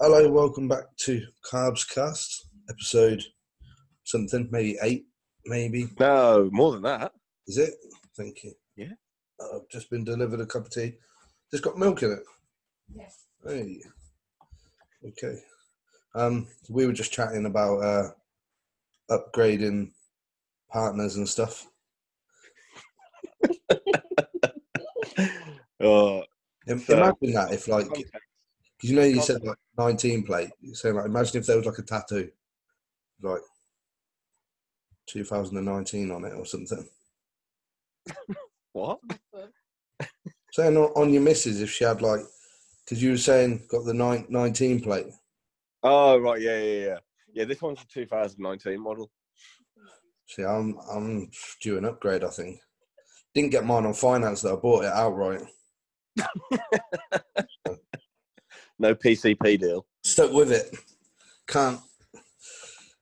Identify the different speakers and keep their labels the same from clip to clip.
Speaker 1: Hello, welcome back to Carbs Cast, episode something, maybe eight, maybe.
Speaker 2: No, more than that.
Speaker 1: Is it? Thank you.
Speaker 2: Yeah.
Speaker 1: I've just been delivered a cup of tea. Just got milk in it.
Speaker 3: Yes.
Speaker 1: Hey. Okay. Um, we were just chatting about uh, upgrading partners and stuff.
Speaker 2: Oh,
Speaker 1: Im-
Speaker 2: So-
Speaker 1: Imagine that if, like, 'cause you know, you said like 19 plate. You're saying, like, imagine if there was like a tattoo, like 2019 on it or something.
Speaker 2: what?
Speaker 1: saying on, on your missus if she had like because you were saying got the nine, 19 plate
Speaker 2: Oh, right. Yeah, yeah, yeah. Yeah, this one's a 2019 model.
Speaker 1: see i'm i'm due an upgrade i think didn't get mine on finance though i bought it outright
Speaker 2: No PCP deal.
Speaker 1: stuck with it can't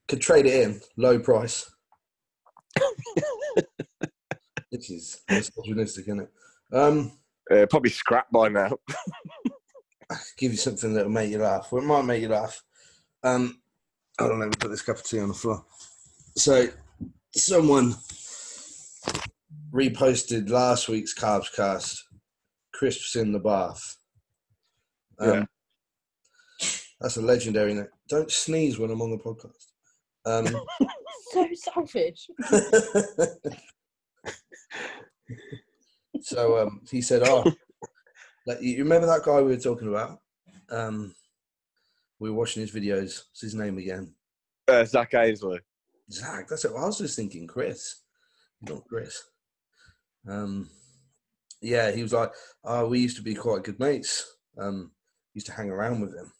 Speaker 1: could trade it in low price this is misogynistic isn't it um
Speaker 2: Uh, probably scrapped by now.
Speaker 1: I could give you something that'll make you laugh well it might make you laugh um hold on let me put this cup of tea on the floor so someone reposted last week's carbs cast crisps in the bath um,
Speaker 2: Yeah.
Speaker 1: that's a legendary name don't sneeze when i'm on the podcast um,
Speaker 3: So savage.
Speaker 1: so um, he said oh like, you you remember that guy we were talking about um, we were watching his videos what's his name again
Speaker 2: Uh, Zach Ainsley.
Speaker 1: Zach, that's it. I was just thinking Chris, not Chris. Um, yeah, he was like, oh, we used to be quite good mates. Um, used to hang around with him.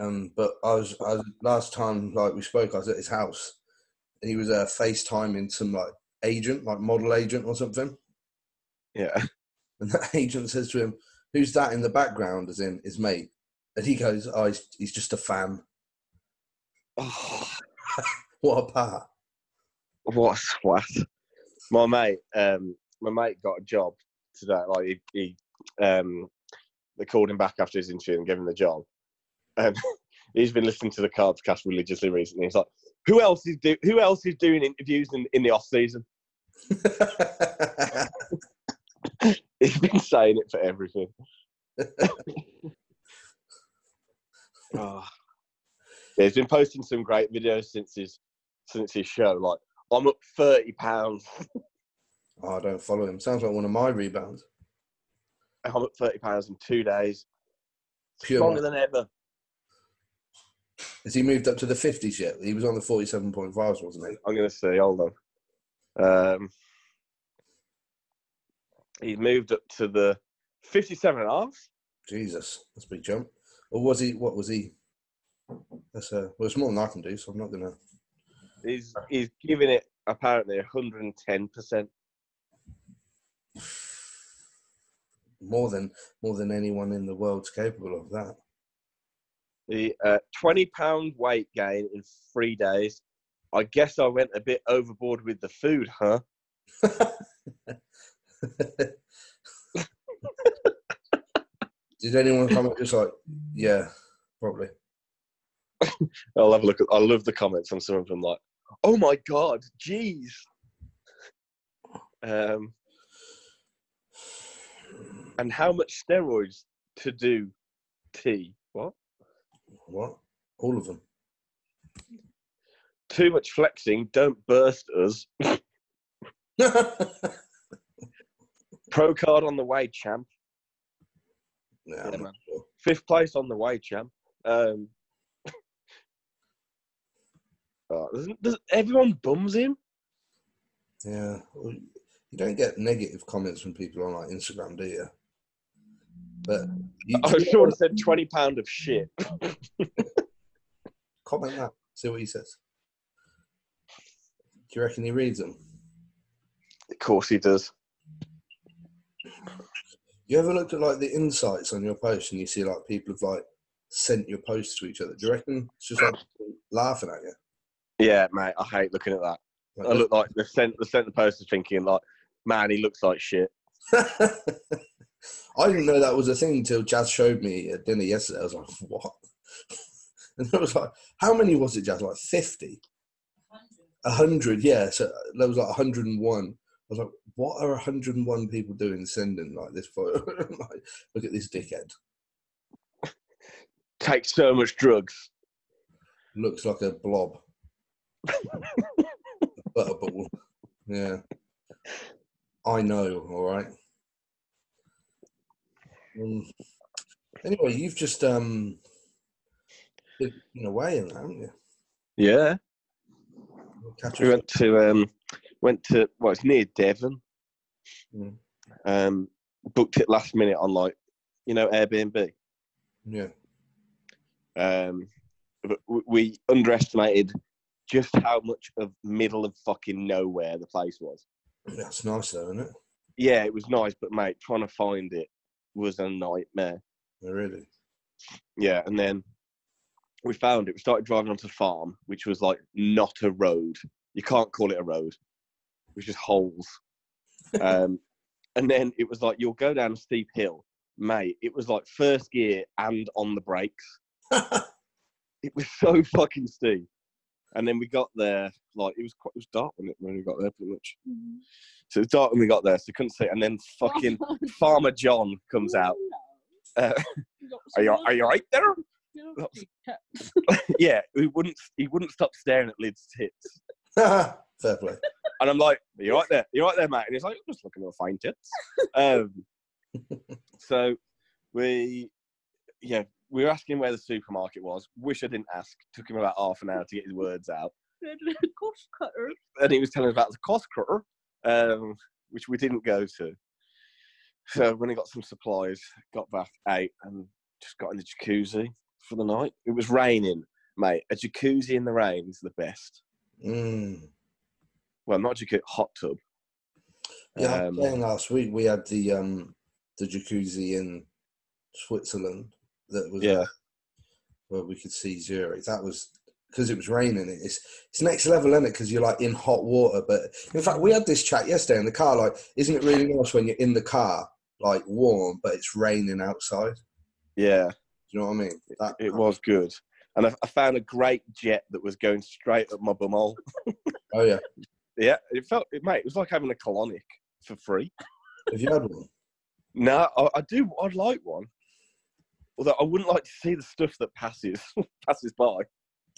Speaker 1: Um, but I was, I was last time like we spoke, I was at his house, and he was uh, FaceTiming some like agent, like model agent or something.
Speaker 2: Yeah.
Speaker 1: And that agent says to him, "Who's that in the background?" As in his mate, and he goes, "Oh, he's, he's just a fan.
Speaker 2: Oh,
Speaker 1: What a part."
Speaker 2: what a swat. My mate, um, my mate got a job today. Like, he, he um, they called him back after his interview and gave him the job. And he's been listening to the Cards Cast religiously recently. He's like, who else is do- who else is doing interviews in, in the off season? He's been saying it for everything. oh. yeah, he's been posting some great videos since his since his show. Like I'm up thirty pounds.
Speaker 1: Oh, I don't follow him. Sounds like one of my rebounds.
Speaker 2: I'm up thirty pounds in two days.
Speaker 1: Pure.
Speaker 2: Stronger than ever.
Speaker 1: Has he moved up to the 50s yet? He was on the 47.5s, wasn't he?
Speaker 2: I'm gonna see. Hold on. Um, he's moved up to the fifty-seven and a half.
Speaker 1: Jesus, that's a big jump. Or was he? What was he? That's uh, well, it's more than I can do, so I'm not gonna.
Speaker 2: He's he's giving it apparently hundred and ten percent.
Speaker 1: More than more than anyone in the world's capable of that.
Speaker 2: the uh, 20 pound weight gain in three days. I guess I went a bit overboard with the food, huh?
Speaker 1: Did anyone comment just like, yeah, probably.
Speaker 2: I'll have a look at. I love the comments on some of them, like, "Oh my god, jeez." Um, and how much steroids to do tea? What?
Speaker 1: What? All of them.
Speaker 2: Too much flexing. Don't burst us.
Speaker 1: no,
Speaker 2: Pro card on the way, champ.
Speaker 1: I'm
Speaker 2: Yeah,
Speaker 1: not
Speaker 2: man.
Speaker 1: sure.
Speaker 2: Fifth place on the way, champ. Um, oh, doesn't, does everyone bums him?
Speaker 1: Yeah. Well, you don't get negative comments from people on like Instagram, do you? But you
Speaker 2: I should have Oh, said twenty pound of shit.
Speaker 1: comment that. See what he says. Do you reckon he reads them?
Speaker 2: Of course he does.
Speaker 1: You ever looked at like the insights on your post and you see like people have like sent your posts to each other? Do you reckon it's just like laughing at you?
Speaker 2: Yeah, mate, I hate looking at that. I
Speaker 1: Like,
Speaker 2: look like the sent the centre post is thinking like, man, he looks like shit.
Speaker 1: I didn't know that was a thing until Jazz showed me at dinner yesterday. I was like, what? And I was like, how many was it, Jazz? Like 50? 100, yeah. So there was like 101. I was like, what are 101 people doing sending like this photo? like, look at this dickhead.
Speaker 2: Take so much drugs.
Speaker 1: Looks like a blob. Butter ball. Yeah. I know, all right. Um, anyway, you've just um in a way in that, haven't you?
Speaker 2: Yeah.
Speaker 1: Catch
Speaker 2: We
Speaker 1: a
Speaker 2: went to um, went to well, it's near Devon.
Speaker 1: Mm.
Speaker 2: Um, booked it last minute on like, you know, Airbnb.
Speaker 1: Yeah.
Speaker 2: Um, but w- we underestimated just how much of middle of fucking nowhere the place was.
Speaker 1: That's nice though, isn't it?
Speaker 2: Yeah, it was nice, but mate, trying to find it was a nightmare.
Speaker 1: Yeah, Really.
Speaker 2: Yeah, and then we found it. We started driving onto the farm, which was like not a road. You can't call it a road. It was just holes. um, and then it was like you'll go down a steep hill, mate. It was like first gear and on the brakes. It was so fucking steep. And then we got there, like it was quite, it was dark when, it, when we got there, pretty much. So it was dark when we got there, so couldn't see. And then fucking Farmer John comes out. Uh, Are you are you right there? yeah, he wouldn't he wouldn't stop staring at Lid's tits.
Speaker 1: Fair play.
Speaker 2: And I'm like, You're right there, you're right there, mate. And he's like, I'm just looking at fine tits. Um, so we yeah, we were asking where the supermarket was. Wish I didn't ask. Took him about half an hour to get his words out.
Speaker 3: Course cutter.
Speaker 2: And he was telling us about the cost cutter, um, which we didn't go to. So when he got some supplies, got back out and just got in the jacuzzi for the night. It was raining, mate. A jacuzzi in the rain is the best.
Speaker 1: Mm.
Speaker 2: well, not jacuzzi, hot tub.
Speaker 1: Yeah, I
Speaker 2: Um,
Speaker 1: was saying last week we had the um the jacuzzi in Switzerland that was
Speaker 2: yeah,
Speaker 1: where we could see Zurich. That was because it was raining. It's it's next level, isn't it? Because you're like in hot water. But in fact, we had this chat yesterday in the car. Like, isn't it really nice when you're in the car, like warm, but it's raining outside?
Speaker 2: yeah,
Speaker 1: Do you know what I mean? That,
Speaker 2: it was good. And I, I found a great jet that was going straight up my bumhole.
Speaker 1: Oh yeah.
Speaker 2: Yeah, it felt, it, mate, it was like having a colonic for free.
Speaker 1: Have you had one?
Speaker 2: No, I, I do, I'd like one. Although I wouldn't like to see the stuff that passes passes by.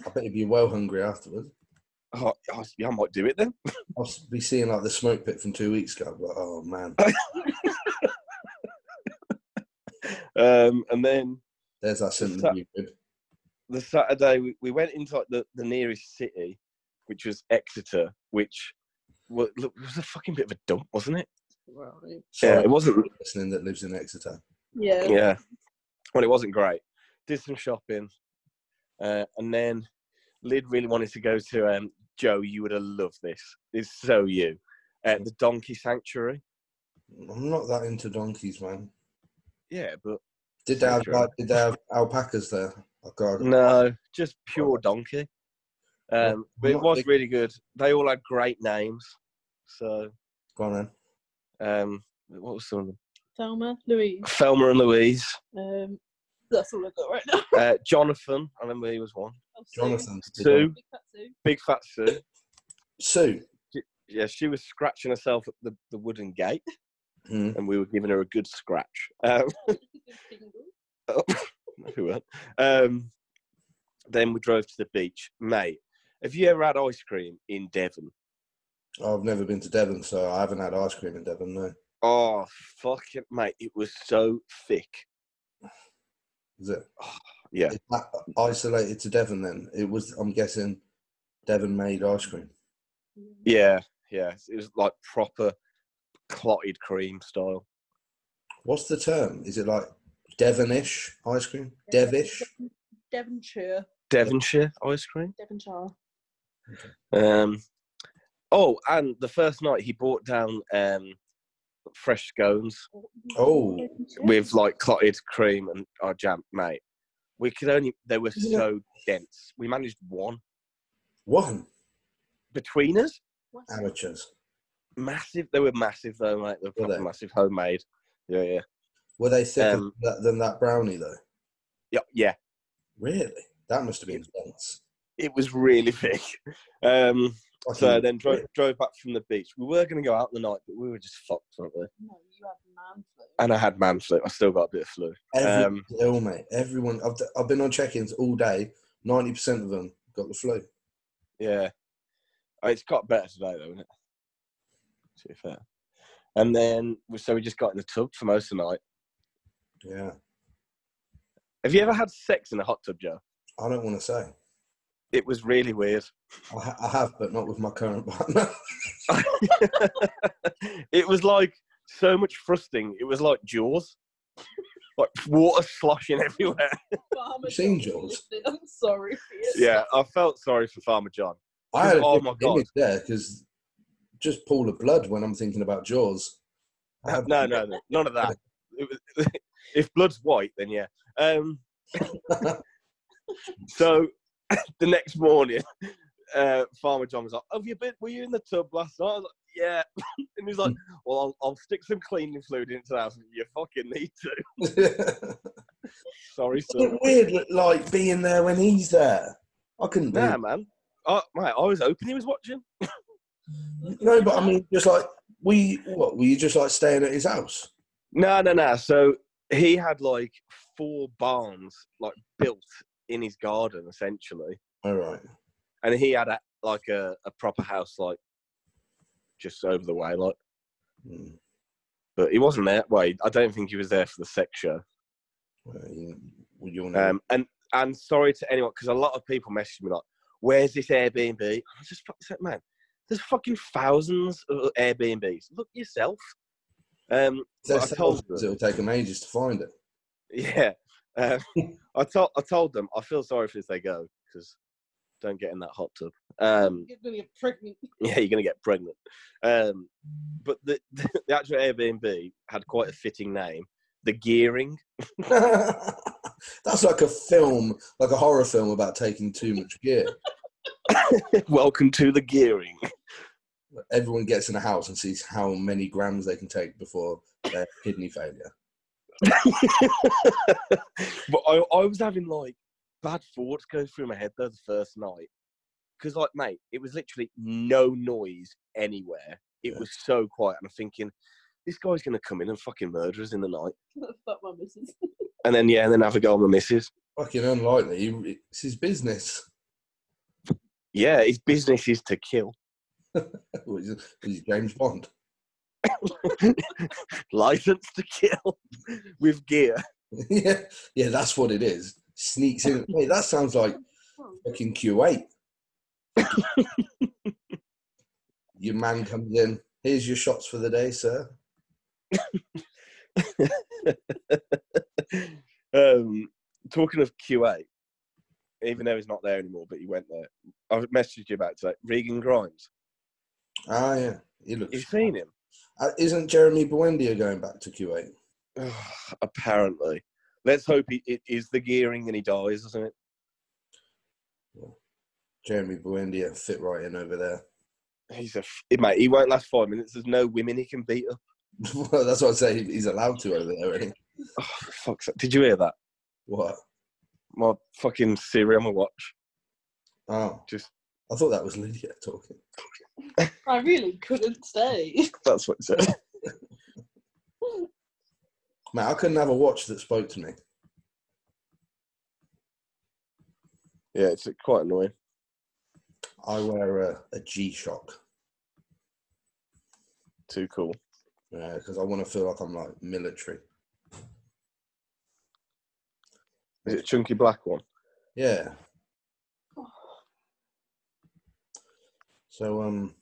Speaker 1: I bet you'd be well hungry afterwards.
Speaker 2: Oh, I- yeah, I might do it then.
Speaker 1: I'll s- be seeing like the smoke pit from two weeks ago. But, oh man,
Speaker 2: Um, and then
Speaker 1: there's that symptom.
Speaker 2: that-
Speaker 1: you did.
Speaker 2: the Saturday we, we went into like the, the nearest city, which was Exeter, which wa- look, was a fucking bit of a dump, wasn't it?
Speaker 3: Right.
Speaker 1: Sorry,
Speaker 2: it wasn't
Speaker 1: listening that lives in Exeter.
Speaker 3: Yeah.
Speaker 2: yeah. Well, it wasn't great. Did some shopping, uh, and then Lid really wanted to go to um, Joe. You would have loved this. It's so you at the Donkey Sanctuary.
Speaker 1: I'm not that into donkeys, man.
Speaker 2: Yeah, but
Speaker 1: Did they have
Speaker 2: Sanctuary.
Speaker 1: like, did they have alpacas there? Oh god,
Speaker 2: no, just pure donkey. Um, but it
Speaker 1: Not
Speaker 2: was
Speaker 1: big-
Speaker 2: really good. They all had great names. So,
Speaker 1: go on then.
Speaker 2: um, what was some of them?
Speaker 3: Thelma, Louise.
Speaker 2: Thelma and Louise,
Speaker 3: Um, that's all I've got right now.
Speaker 2: uh, Jonathan. I remember he was one.
Speaker 3: Oh, Sue.
Speaker 1: Jonathan.
Speaker 2: Sue,
Speaker 3: Big fat Sue.
Speaker 2: Big Fat Sue.
Speaker 1: Sue.
Speaker 2: Yeah, she was scratching herself at the, the wooden gate.
Speaker 1: Mm.
Speaker 2: and we were giving her a good scratch. Um,
Speaker 3: Tingle.
Speaker 2: no, we weren't. Um, then we drove to the beach. Mate, have you ever had ice cream in Devon?
Speaker 1: I've never been to Devon, so I haven't had ice cream in Devon. No,
Speaker 2: Oh, fuck it, mate. It was so thick.
Speaker 1: is it?
Speaker 2: Yeah.
Speaker 1: Is that isolated to Devon, then it was. I'm guessing Devon made ice cream.
Speaker 2: Yeah, yeah. It was like proper clotted cream style.
Speaker 1: What's the term? Is it like Devonish ice cream? Devish?
Speaker 3: Devonshire.
Speaker 2: Devonshire ice cream.
Speaker 3: Devonshire.
Speaker 2: Um, oh, and the first night he brought down um, fresh scones.
Speaker 1: Oh,
Speaker 3: Devonshire.
Speaker 2: with like clotted cream and our jam, mate. We could only they were
Speaker 1: Yeah.
Speaker 2: so dense. We managed one
Speaker 1: One
Speaker 2: between us.
Speaker 3: What's that?
Speaker 1: amateurs.
Speaker 2: Massive. They were massive though, mate. They were
Speaker 1: Were
Speaker 2: proper
Speaker 1: they?
Speaker 2: massive, homemade. Yeah, yeah,
Speaker 1: Were they thicker
Speaker 2: Um,
Speaker 1: than that- than that brownie though?
Speaker 2: yeah, yeah.
Speaker 1: Really? That must have been intense.
Speaker 2: It was really big. Um,
Speaker 1: I
Speaker 2: so
Speaker 1: think-
Speaker 2: then drove, drove back from the beach. We were going to go out the night, but we were just fucked, weren't we?
Speaker 3: No, you had man flu.
Speaker 2: And I had man flu. I still got a bit of flu. um,
Speaker 1: Everyone's ill, mate. Everyone. I've, I've been on check-ins all day. Ninety percent of them got the flu.
Speaker 2: Yeah. Oh, It's got better today, though, isn't it? To be fair. And then, we- so we just got in the tub for most of the night.
Speaker 1: Yeah.
Speaker 2: Have you ever had sex in a hot tub, Joe?
Speaker 1: I don't want to say.
Speaker 2: It was really weird.
Speaker 1: I, ha- I have, but not with my current partner.
Speaker 2: It was like so much thrusting. It was like Jaws, like water sloshing everywhere.
Speaker 3: Farmer
Speaker 1: You've seen
Speaker 3: John,
Speaker 1: Jaws?
Speaker 3: I'm sorry for you.
Speaker 2: Yeah, I felt sorry for Farmer John.
Speaker 1: I had a
Speaker 2: Oh
Speaker 1: oh
Speaker 2: my God.
Speaker 1: image there because just pool of blood when I'm thinking about Jaws. I have-
Speaker 2: No, no, no none of that. It was, if blood's white, then yeah. Um, so the next morning, uh, Farmer John was like, "Have you been? Were you in the tub last night?" I was like, "Yeah," and he's like, "Well, I'll, I'll stick some cleaning fluid into the house. You fucking need to."
Speaker 1: it's
Speaker 2: Sorry,
Speaker 1: a
Speaker 2: sir.
Speaker 1: bit weird, like being there when he's there. I couldn't.
Speaker 2: Nah,
Speaker 1: Nah,
Speaker 2: man. Oh, mate, I was hoping he was watching.
Speaker 1: no, but I mean, just like we, what were you just like staying at his house?
Speaker 2: No, no, no. So he had like four barns like built in his garden essentially,
Speaker 1: All right.
Speaker 2: and he had a, like a, a proper house like just over the way, like.
Speaker 1: Mm.
Speaker 2: But he wasn't there. Well, he- I don't think he was there for the sex show.
Speaker 1: Well, you, well, you'll know.
Speaker 2: Um, and and sorry to anyone because a lot of people messaged me like, "Where's this Airbnb?" And I just fucking said, "Man, there's fucking thousands of Airbnbs. Look yourself." Um,
Speaker 1: There's
Speaker 2: I told
Speaker 1: thousands, it'll take them ages to find it.
Speaker 2: Yeah, uh, I told I told them I feel sorry for if they go because don't get in that hot tub. Um,
Speaker 3: You're going to get pregnant.
Speaker 2: yeah, you're gonna get pregnant. Um, but the, the actual Airbnb had quite a fitting name, the Gearing.
Speaker 1: That's like a film, like a horror film about taking too much gear.
Speaker 2: Welcome to the Gearing.
Speaker 1: Everyone gets in a house and sees how many grams they can take before their kidney failure.
Speaker 2: but I, I was having like bad thoughts go through my head though the first night because like mate it was literally no noise anywhere it
Speaker 1: Yeah.
Speaker 2: was so quiet and i'm thinking this guy's gonna come in and fucking murder us in the night
Speaker 3: Fuck my missus.
Speaker 2: and then yeah and then have a go on the missus
Speaker 1: Fucking unlikely. He- It's his business.
Speaker 2: yeah his business is to kill
Speaker 1: Which is- He's James Bond.
Speaker 2: license to kill with gear
Speaker 1: yeah, yeah, that's what it is. Sneaks in. Hey, that sounds like
Speaker 3: Oh,
Speaker 1: fucking Q8. your man comes in. Here's your shots for the day, sir.
Speaker 2: um talking of qa even though he's not there anymore but he went there i've messaged you about it today regan grimes
Speaker 1: Ah, yeah. He looks.
Speaker 2: you've seen him
Speaker 1: Uh, isn't Jeremy Buendia going back to Q8?
Speaker 2: apparently. Let's hope he, it is the gearing and he dies, isn't it?
Speaker 1: Jeremy Buendia fit right in over there.
Speaker 2: He's a f- mate. He won't last five minutes. There's no women he can beat up.
Speaker 1: well, that's what I say. He's allowed to over there. Isn't he?
Speaker 2: Oh, for fuck's sake. Did you hear that?
Speaker 1: What?
Speaker 2: My fucking Siri on my watch.
Speaker 1: Oh,
Speaker 2: Just
Speaker 1: I thought that was Lydia talking.
Speaker 3: I really couldn't stay.
Speaker 2: that's what it said.
Speaker 1: Mate, I couldn't have a watch that spoke to me.
Speaker 2: yeah, it's quite annoying.
Speaker 1: I wear a, a G Shock
Speaker 2: Too cool.
Speaker 1: because uh, I want to feel like I'm like military.
Speaker 2: Is it a chunky black one?
Speaker 1: Yeah. So, um,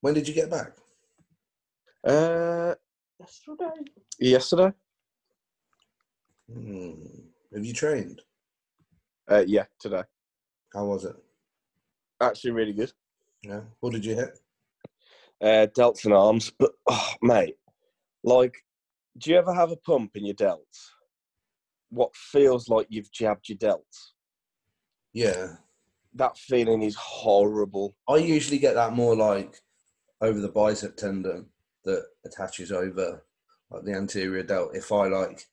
Speaker 1: when did you get back?
Speaker 2: Uh,
Speaker 3: Yesterday.
Speaker 2: yesterday.
Speaker 1: Hmm. Have you trained?
Speaker 2: Uh, yeah, today.
Speaker 1: How was it?
Speaker 2: Actually, really good.
Speaker 1: Yeah. What did you hit?
Speaker 2: Uh, delts and arms, but oh, mate, like, do you ever have a pump in your delts? What feels like you've jabbed your delts.
Speaker 1: Yeah.
Speaker 2: that feeling is horrible.
Speaker 1: I usually get that more like over the bicep tendon that attaches over like the anterior delt. If I like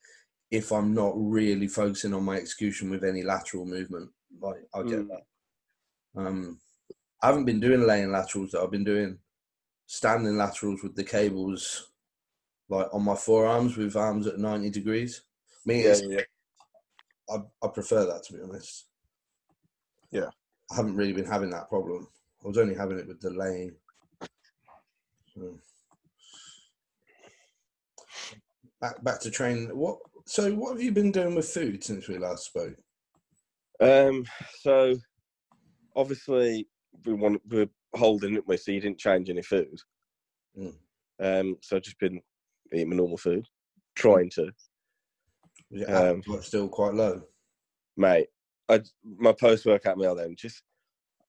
Speaker 1: if I'm not really focusing on my execution with any lateral movement. Like I'll get
Speaker 2: Mm.
Speaker 1: that. Um, I haven't been doing laying laterals. Though. I've been doing standing laterals with the cables, like on my forearms with arms at ninety degrees. I mean,
Speaker 2: Yeah,
Speaker 1: it's-
Speaker 2: yeah.
Speaker 1: I, I prefer that to be honest.
Speaker 2: Yeah.
Speaker 1: I haven't really been having that problem. I was only having it with the laying. Hmm. So. Back back to train. What? So what have you been doing with food since we last spoke?
Speaker 2: Um, so obviously we want we're holding it, so you didn't change any food.
Speaker 1: Mm.
Speaker 2: Um, so I've just been eating my normal food, trying to,
Speaker 1: Was your
Speaker 2: Um,
Speaker 1: appetite still quite low?
Speaker 2: mate. I, my post workout meal then just,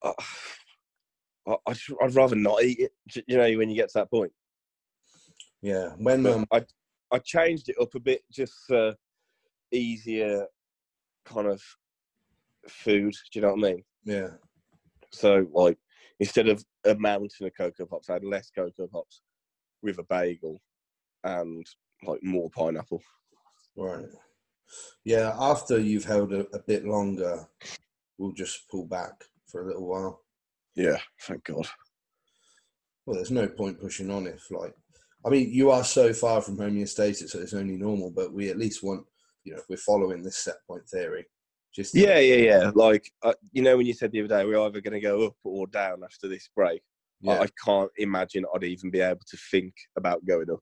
Speaker 2: uh, I, I just, I'd rather not eat it. j- You know, when you get to that point,
Speaker 1: Yeah. When
Speaker 2: But
Speaker 1: um,
Speaker 2: I I changed it up a bit, just uh, easier kind of food. Do you know what I mean?
Speaker 1: yeah.
Speaker 2: So like instead of a mountain of cocoa pops, I had less cocoa pops with a bagel and like more pineapple.
Speaker 1: Right. Yeah, after you've held a, a bit longer, we'll just pull back for a little while.
Speaker 2: Yeah, thank God.
Speaker 1: Well, there's no point pushing on if, like, I mean, you are so far from homeostasis, so it's only normal, but we at least want, you know, if we're following this set point theory. Just to-
Speaker 2: Yeah, yeah, yeah. Like uh, you know when you said the other day we're either going to go up or down after this break. I-
Speaker 1: yeah.
Speaker 2: I can't imagine I'd even be able to think about going up.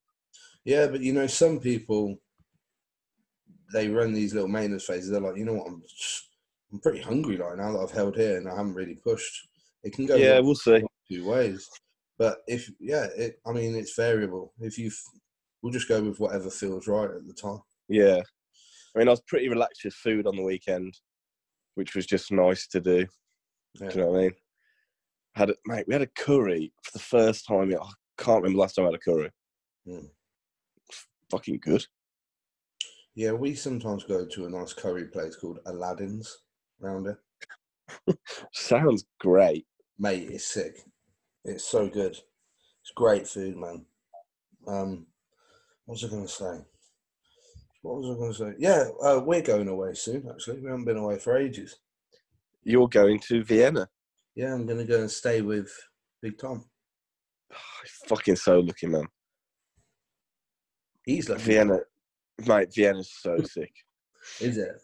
Speaker 1: Yeah, but you know, some people, they run these little maintenance phases. They're like, you know what, I'm, I'm pretty hungry right now that I've held here and I haven't really pushed. It can go
Speaker 2: Yeah,
Speaker 1: one
Speaker 2: we'll see.
Speaker 1: two ways. But if yeah, it, I mean it's variable. If you, we'll just go with whatever feels right at the time.
Speaker 2: Yeah. I mean, I was pretty relaxed with food on the weekend, which was just nice to do.
Speaker 1: Yeah.
Speaker 2: Do you know what I mean? Had a, mate, we had a curry for the first time. I can't remember last time I had a curry. Hmm.
Speaker 1: Mm.
Speaker 2: Fucking good.
Speaker 1: Yeah, we sometimes go to a nice curry place called Aladdin's round here.
Speaker 2: Sounds great.
Speaker 1: Mate, it's sick. It's so good. It's great food, man. Um, what was I gonna say? What was I gonna say? Yeah, uh, we're going away soon. Actually, we haven't been away for ages.
Speaker 2: You're going to Vienna.
Speaker 1: Yeah, I'm gonna go and stay with Big Tom.
Speaker 2: Oh, You're fucking so lucky, man.
Speaker 1: He's like,
Speaker 2: Vienna, mate, Vienna's so sick.
Speaker 1: is it?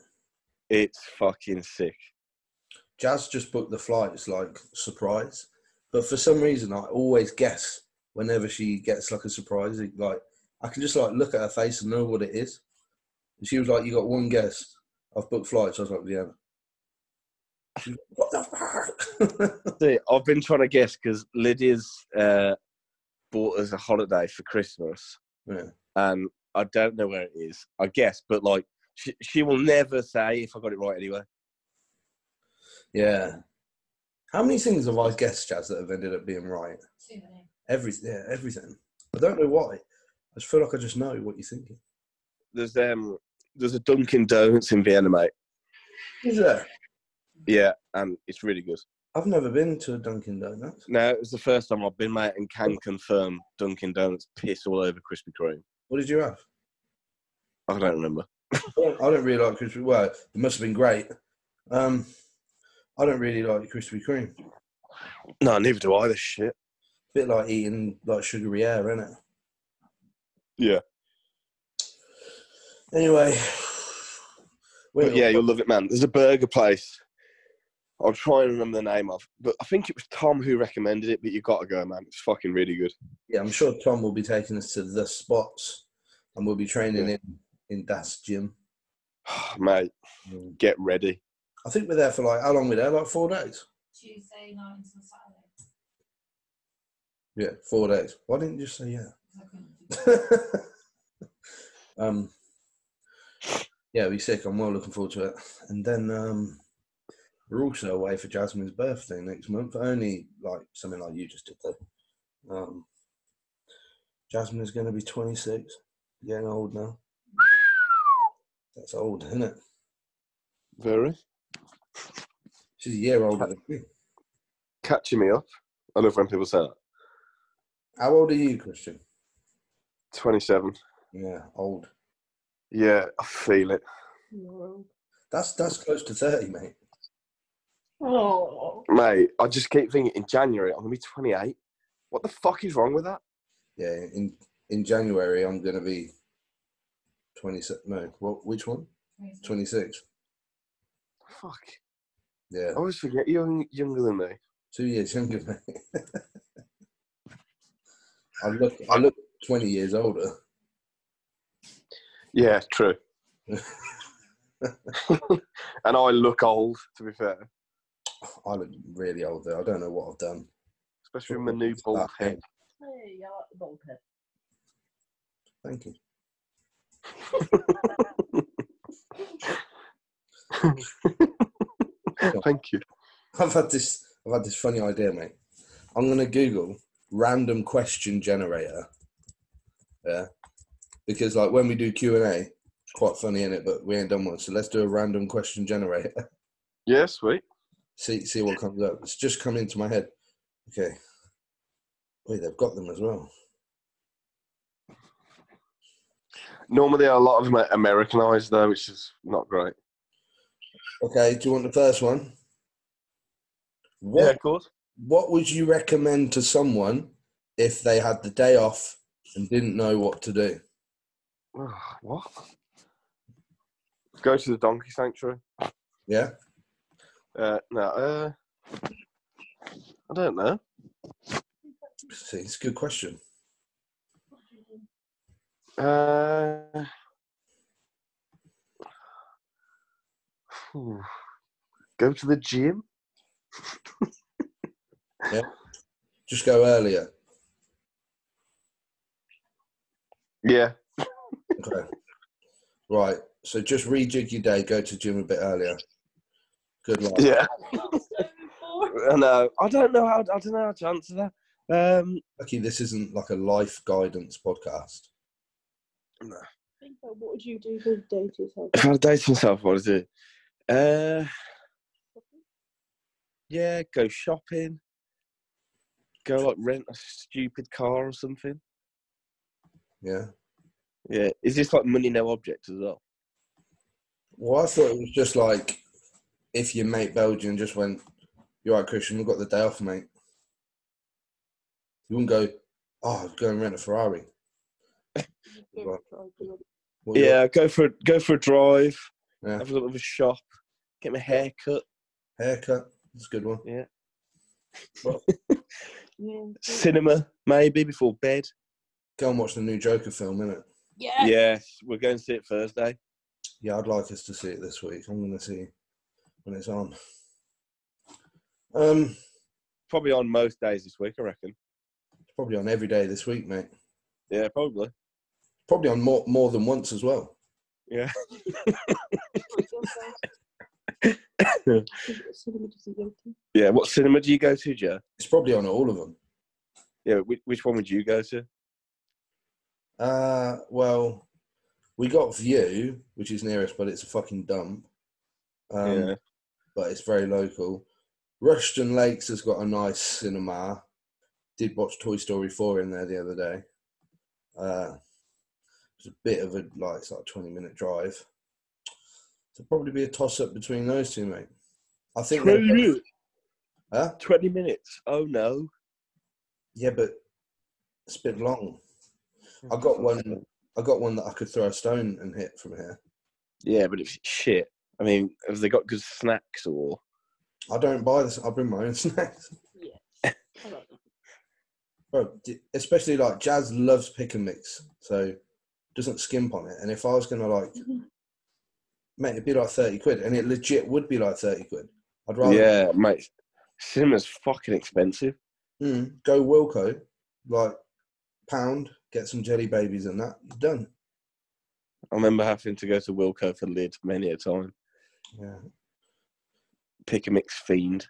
Speaker 2: It's fucking sick.
Speaker 1: Jazz just booked the flights like surprise, but for some reason I always guess whenever she gets like a surprise. it- Like I can just like look at her face and know what it is. And she was like, "You got one guess. I've booked flights." I was like, "Vienna." She was like, What the fuck?
Speaker 2: See, I've been trying to guess because Lydia's uh, bought us a holiday for Christmas.
Speaker 1: yeah.
Speaker 2: and I don't know where it is. I guess, but like she, she will never say if I got it right anyway.
Speaker 1: yeah. How many things have I guessed, Jazz, that have ended up being right?
Speaker 3: Too many.
Speaker 1: Everything. Yeah, everything. I don't know why. I just feel like I just know what you're thinking.
Speaker 2: There's um there's a Dunkin' Donuts in Vienna, mate.
Speaker 1: Is there?
Speaker 2: Yeah, and it's really good.
Speaker 1: I've never been to a Dunkin' Donuts.
Speaker 2: No, it was the first time I've been, mate, and can confirm Dunkin' Donuts piss all over Krispy Kreme.
Speaker 1: What did you have?
Speaker 2: I don't remember.
Speaker 1: I don't, I don't really like Krispy. Well, it must have been great. Um, I don't really like Krispy Kreme.
Speaker 2: No, neither do I. This shit.
Speaker 1: Bit like eating like sugary air, isn't it?
Speaker 2: Yeah.
Speaker 1: Anyway,
Speaker 2: But
Speaker 1: we're-
Speaker 2: yeah, you'll love it, man. There's a burger place. I'll try and remember the name of, but I think it was Tom who recommended it. But you got to go, man. It's fucking really good.
Speaker 1: yeah, I'm sure Tom will be taking us to the spots, and we'll be training
Speaker 2: Yeah.
Speaker 1: in in Das Gym.
Speaker 2: mate,
Speaker 1: Mm.
Speaker 2: get ready.
Speaker 1: I think we're there for like how long? We're there like four days.
Speaker 4: Tuesday night until Saturday.
Speaker 1: Yeah, four days. Why didn't you just say yeah?
Speaker 4: 'cause I couldn't do
Speaker 1: um, yeah, we sick. I'm well looking forward to it. And then um, we're also away for Jasmine's birthday next month. Only like something like you just did though. Um, Jasmine is going to be 26, getting old now. That's old, isn't it?
Speaker 2: Very.
Speaker 1: She's a year older than me.
Speaker 2: catching me up. I love when people say that.
Speaker 1: How old are you, Christian?
Speaker 2: 27.
Speaker 1: Yeah, old.
Speaker 2: Yeah, I feel it.
Speaker 1: That's that's close to thirty, mate.
Speaker 3: Oh.
Speaker 2: Mate, I just keep thinking in January, I'm going to be 28. What the fuck is wrong with that?
Speaker 1: Yeah, in in January I'm gonna be twenty six. No, what? Which one? Twenty six.
Speaker 2: Fuck.
Speaker 1: Yeah,
Speaker 2: I always forget you're young- younger than me.
Speaker 1: two years younger, mate. I look I look twenty years older.
Speaker 2: Yeah, true. And I look old, to be fair.
Speaker 1: I look really old though. I don't know what I've done.
Speaker 2: Especially with my new bald head.
Speaker 3: Hey, I like the bald head.
Speaker 1: Thank you.
Speaker 2: Thank you.
Speaker 1: I've had this. I've had this funny idea, mate. I'm gonna Google random question generator. Yeah, because like when we do Q and A, it's quite funny in it, but we ain't done one. So let's do a random question generator.
Speaker 2: Yeah, sweet.
Speaker 1: see see what comes up. It's just come into my head. Okay. Wait, they've got them as well.
Speaker 2: Normally, a lot of them are Americanized, though, which is not great.
Speaker 1: Okay, do you want the first one? What
Speaker 2: course.
Speaker 1: What would you recommend to someone if they had the day off and didn't know what to do?
Speaker 2: Ah, what? Go to the donkey sanctuary.
Speaker 1: Yeah.
Speaker 2: Uh, no, uh, I don't know.
Speaker 1: See, it's a good question.
Speaker 2: Uh, phew. go to the gym.
Speaker 1: Just go earlier.
Speaker 2: Yeah,
Speaker 1: Okay. Right. So just rejig your day. Go to gym a bit earlier. Good luck.
Speaker 2: yeah.
Speaker 3: That's so boring.
Speaker 2: I know. I don't know how. I don't know how to answer that. Um,
Speaker 1: Lucky this isn't like a life guidance podcast.
Speaker 3: Think about what would you do for a day to yourself?
Speaker 2: if I had a date to myself, what is it? Uh, yeah, go shopping. Go like rent a stupid car or something.
Speaker 1: Yeah.
Speaker 2: Yeah, is this like money no object as well?
Speaker 1: Well, I thought it was just like if your mate Belgian just went, "You're right, Christian. We've got the day off, mate." You wouldn't go, "Oh, go and rent a Ferrari."
Speaker 3: Go try to-
Speaker 1: What you-
Speaker 2: Yeah, go for a, go for a drive.
Speaker 1: Yeah.
Speaker 2: Have a little bit of a shop. Get my hair cut.
Speaker 1: Haircut. That's a good one.
Speaker 3: Yeah.
Speaker 2: cinema maybe before bed.
Speaker 1: Go and watch the new Joker film, innit?
Speaker 3: Yes.
Speaker 2: Yes, we're going to see it Thursday.
Speaker 1: Yeah, I'd like us to see it this week. I'm going to see when it's on. Um,
Speaker 2: Probably on most days this week, I reckon.
Speaker 1: it's probably on every day this week, mate.
Speaker 2: Yeah, probably.
Speaker 1: Probably on more more than once as well.
Speaker 3: Cinema
Speaker 2: Yeah, what cinema do you go to, Joe?
Speaker 1: It's probably on all of them.
Speaker 2: Yeah, which, which one would you go to?
Speaker 1: Uh, well, we got View, which is nearest, but it's a fucking dump. Um,
Speaker 2: yeah.
Speaker 1: But it's very local. Rushton Lakes has got a nice cinema. Did watch Toy Story 4 in there the other day. Uh, it's a bit of a, like, it's like a 20 minute drive. So probably be a toss up between those two, mate. I think. they're
Speaker 2: 20
Speaker 1: both-
Speaker 2: minutes.
Speaker 1: Huh?
Speaker 2: 20 minutes. Oh, no.
Speaker 1: Yeah, but it's a bit long. I got
Speaker 2: Oh,
Speaker 1: one. I got one that I could throw a stone and hit from here.
Speaker 2: Yeah, but it's shit. I mean, have they got good snacks or.
Speaker 1: I don't buy this. I bring my own snacks. Bro, d- especially like Jazz loves pick and mix, so doesn't skimp on it. And if I was gonna like, mate, it'd be like thirty quid, and it legit would be like thirty quid. I'd rather
Speaker 2: Yeah, mate. Cinema's fucking expensive.
Speaker 1: Mm, go Wilco, like pound, get some jelly babies and that. You're done.
Speaker 2: I remember having to go to Wilco for lid many a time.
Speaker 1: Yeah.
Speaker 2: Pick a mix fiend.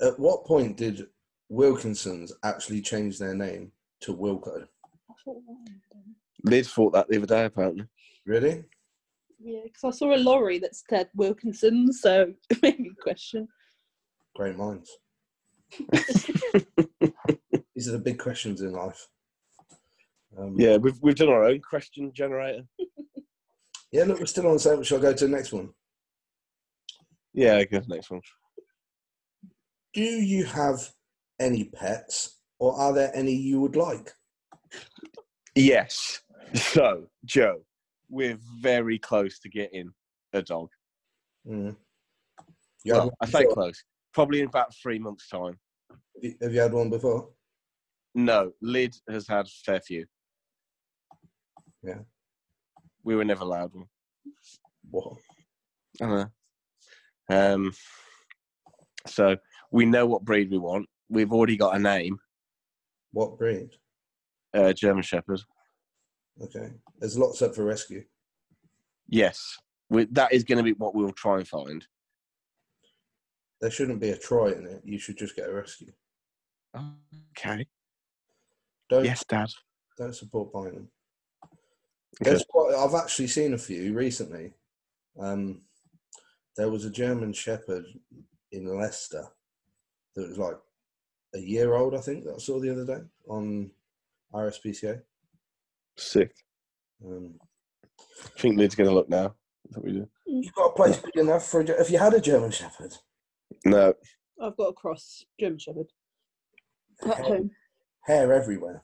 Speaker 1: At what point did Wilkinsons actually change their name to Wilco?
Speaker 2: Lid thought that the other day, apparently.
Speaker 1: Really?
Speaker 3: Yeah, because I saw a lorry that said Wilkinson, so it made me question.
Speaker 1: Great minds. These are the big questions in life. Um,
Speaker 2: Yeah, we've we've done our own question generator.
Speaker 1: Yeah, look, we're still on the same. Shall I go to the next one?
Speaker 2: Yeah, go for the next one.
Speaker 1: Do you have any pets or are there any you would like?
Speaker 2: Yes. So, Joe, we're very close to getting a dog.
Speaker 1: Mm. You had
Speaker 2: Well,
Speaker 1: one
Speaker 2: I say
Speaker 1: before?
Speaker 2: close. Probably in about three months' time.
Speaker 1: Have you- Have you had one before?
Speaker 2: No, Lid has had a fair few.
Speaker 1: Yeah.
Speaker 2: We were never allowed one.
Speaker 1: What?
Speaker 2: I know. Um, so we know what breed we want. We've already got a name,
Speaker 1: What breed?
Speaker 2: uh, German Shepherd.
Speaker 1: Okay. There's lots up for rescue.
Speaker 2: Yes, we, that is going to be what we'll try and find.
Speaker 1: There shouldn't be a try in it. You should just get a rescue.
Speaker 2: Okay.
Speaker 1: Don't
Speaker 2: Yes, Dad.
Speaker 1: don't support buying them.
Speaker 2: Okay.
Speaker 1: There's quite, I've actually seen a few recently. Um, there was a German Shepherd in Leicester that was like a year old, I think, that I saw the other day on RSPCA.
Speaker 2: Sick.
Speaker 1: Um,
Speaker 2: I think Lid's going to look now. Is that what you do?
Speaker 1: you've got a place big enough for a, Ge- if you had a German Shepherd.
Speaker 2: No.
Speaker 3: I've got a cross German Shepherd at
Speaker 1: Hair,
Speaker 3: home.
Speaker 1: hair everywhere.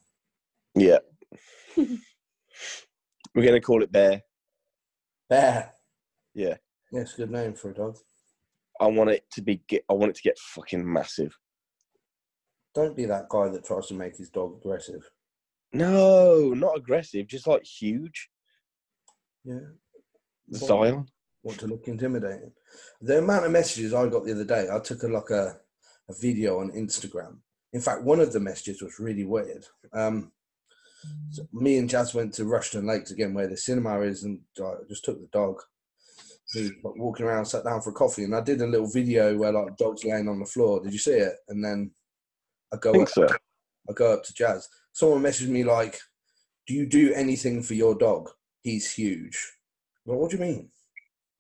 Speaker 2: Yeah. we're going to call it Bear.
Speaker 1: Bear.
Speaker 2: Yeah.
Speaker 1: Yes, good name for a dog.
Speaker 2: I want it to be. Get, I want it to get fucking massive.
Speaker 1: Don't be that guy that tries to make his dog aggressive.
Speaker 2: No, not aggressive. Just like huge.
Speaker 1: Yeah.
Speaker 2: Zion.
Speaker 1: want to look intimidating. The amount of messages I got the other day, I took a like a, a video on Instagram. In fact, one of the messages was really weird. Um, so me and Jazz went to Rushton Lakes again, where the cinema is, and I just took the dog. He was like, walking around, sat down for a coffee, and I did a little video where like dogs laying on the floor. Did you see it? And then I go up,
Speaker 2: think so.
Speaker 1: I go up to Jazz. Someone messaged me like, "Do you do anything for your dog? He's huge." Well, what do you mean?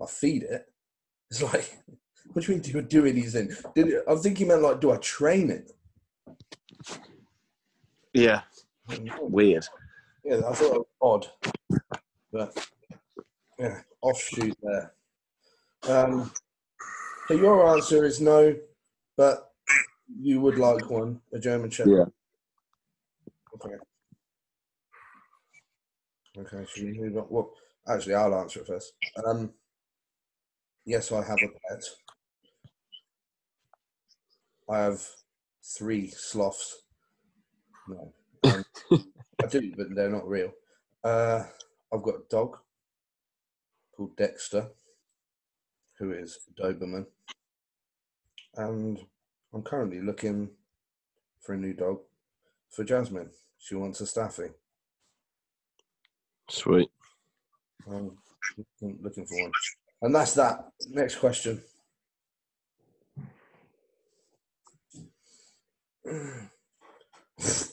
Speaker 1: I feed it. It's like, what do you mean? Do you do anything? Did it, I'm thinking, man, like, do I train it?
Speaker 2: Yeah. Weird.
Speaker 1: Yeah, I thought it was odd, but yeah, offshoot there. Um, so your answer is no, but you would like one, a German Shepherd. Okay. Okay. Should we move on? Well, actually, I'll answer it first. Um, yes, I have a pet. I have three sloths. No, um, I do, but they're not real. Uh, I've got a dog called Dexter, who is a Doberman, and I'm currently looking for a new dog for Jasmine. She wants a Staffy.
Speaker 2: Sweet.
Speaker 1: I'm looking, looking for one, and that's that. Next question.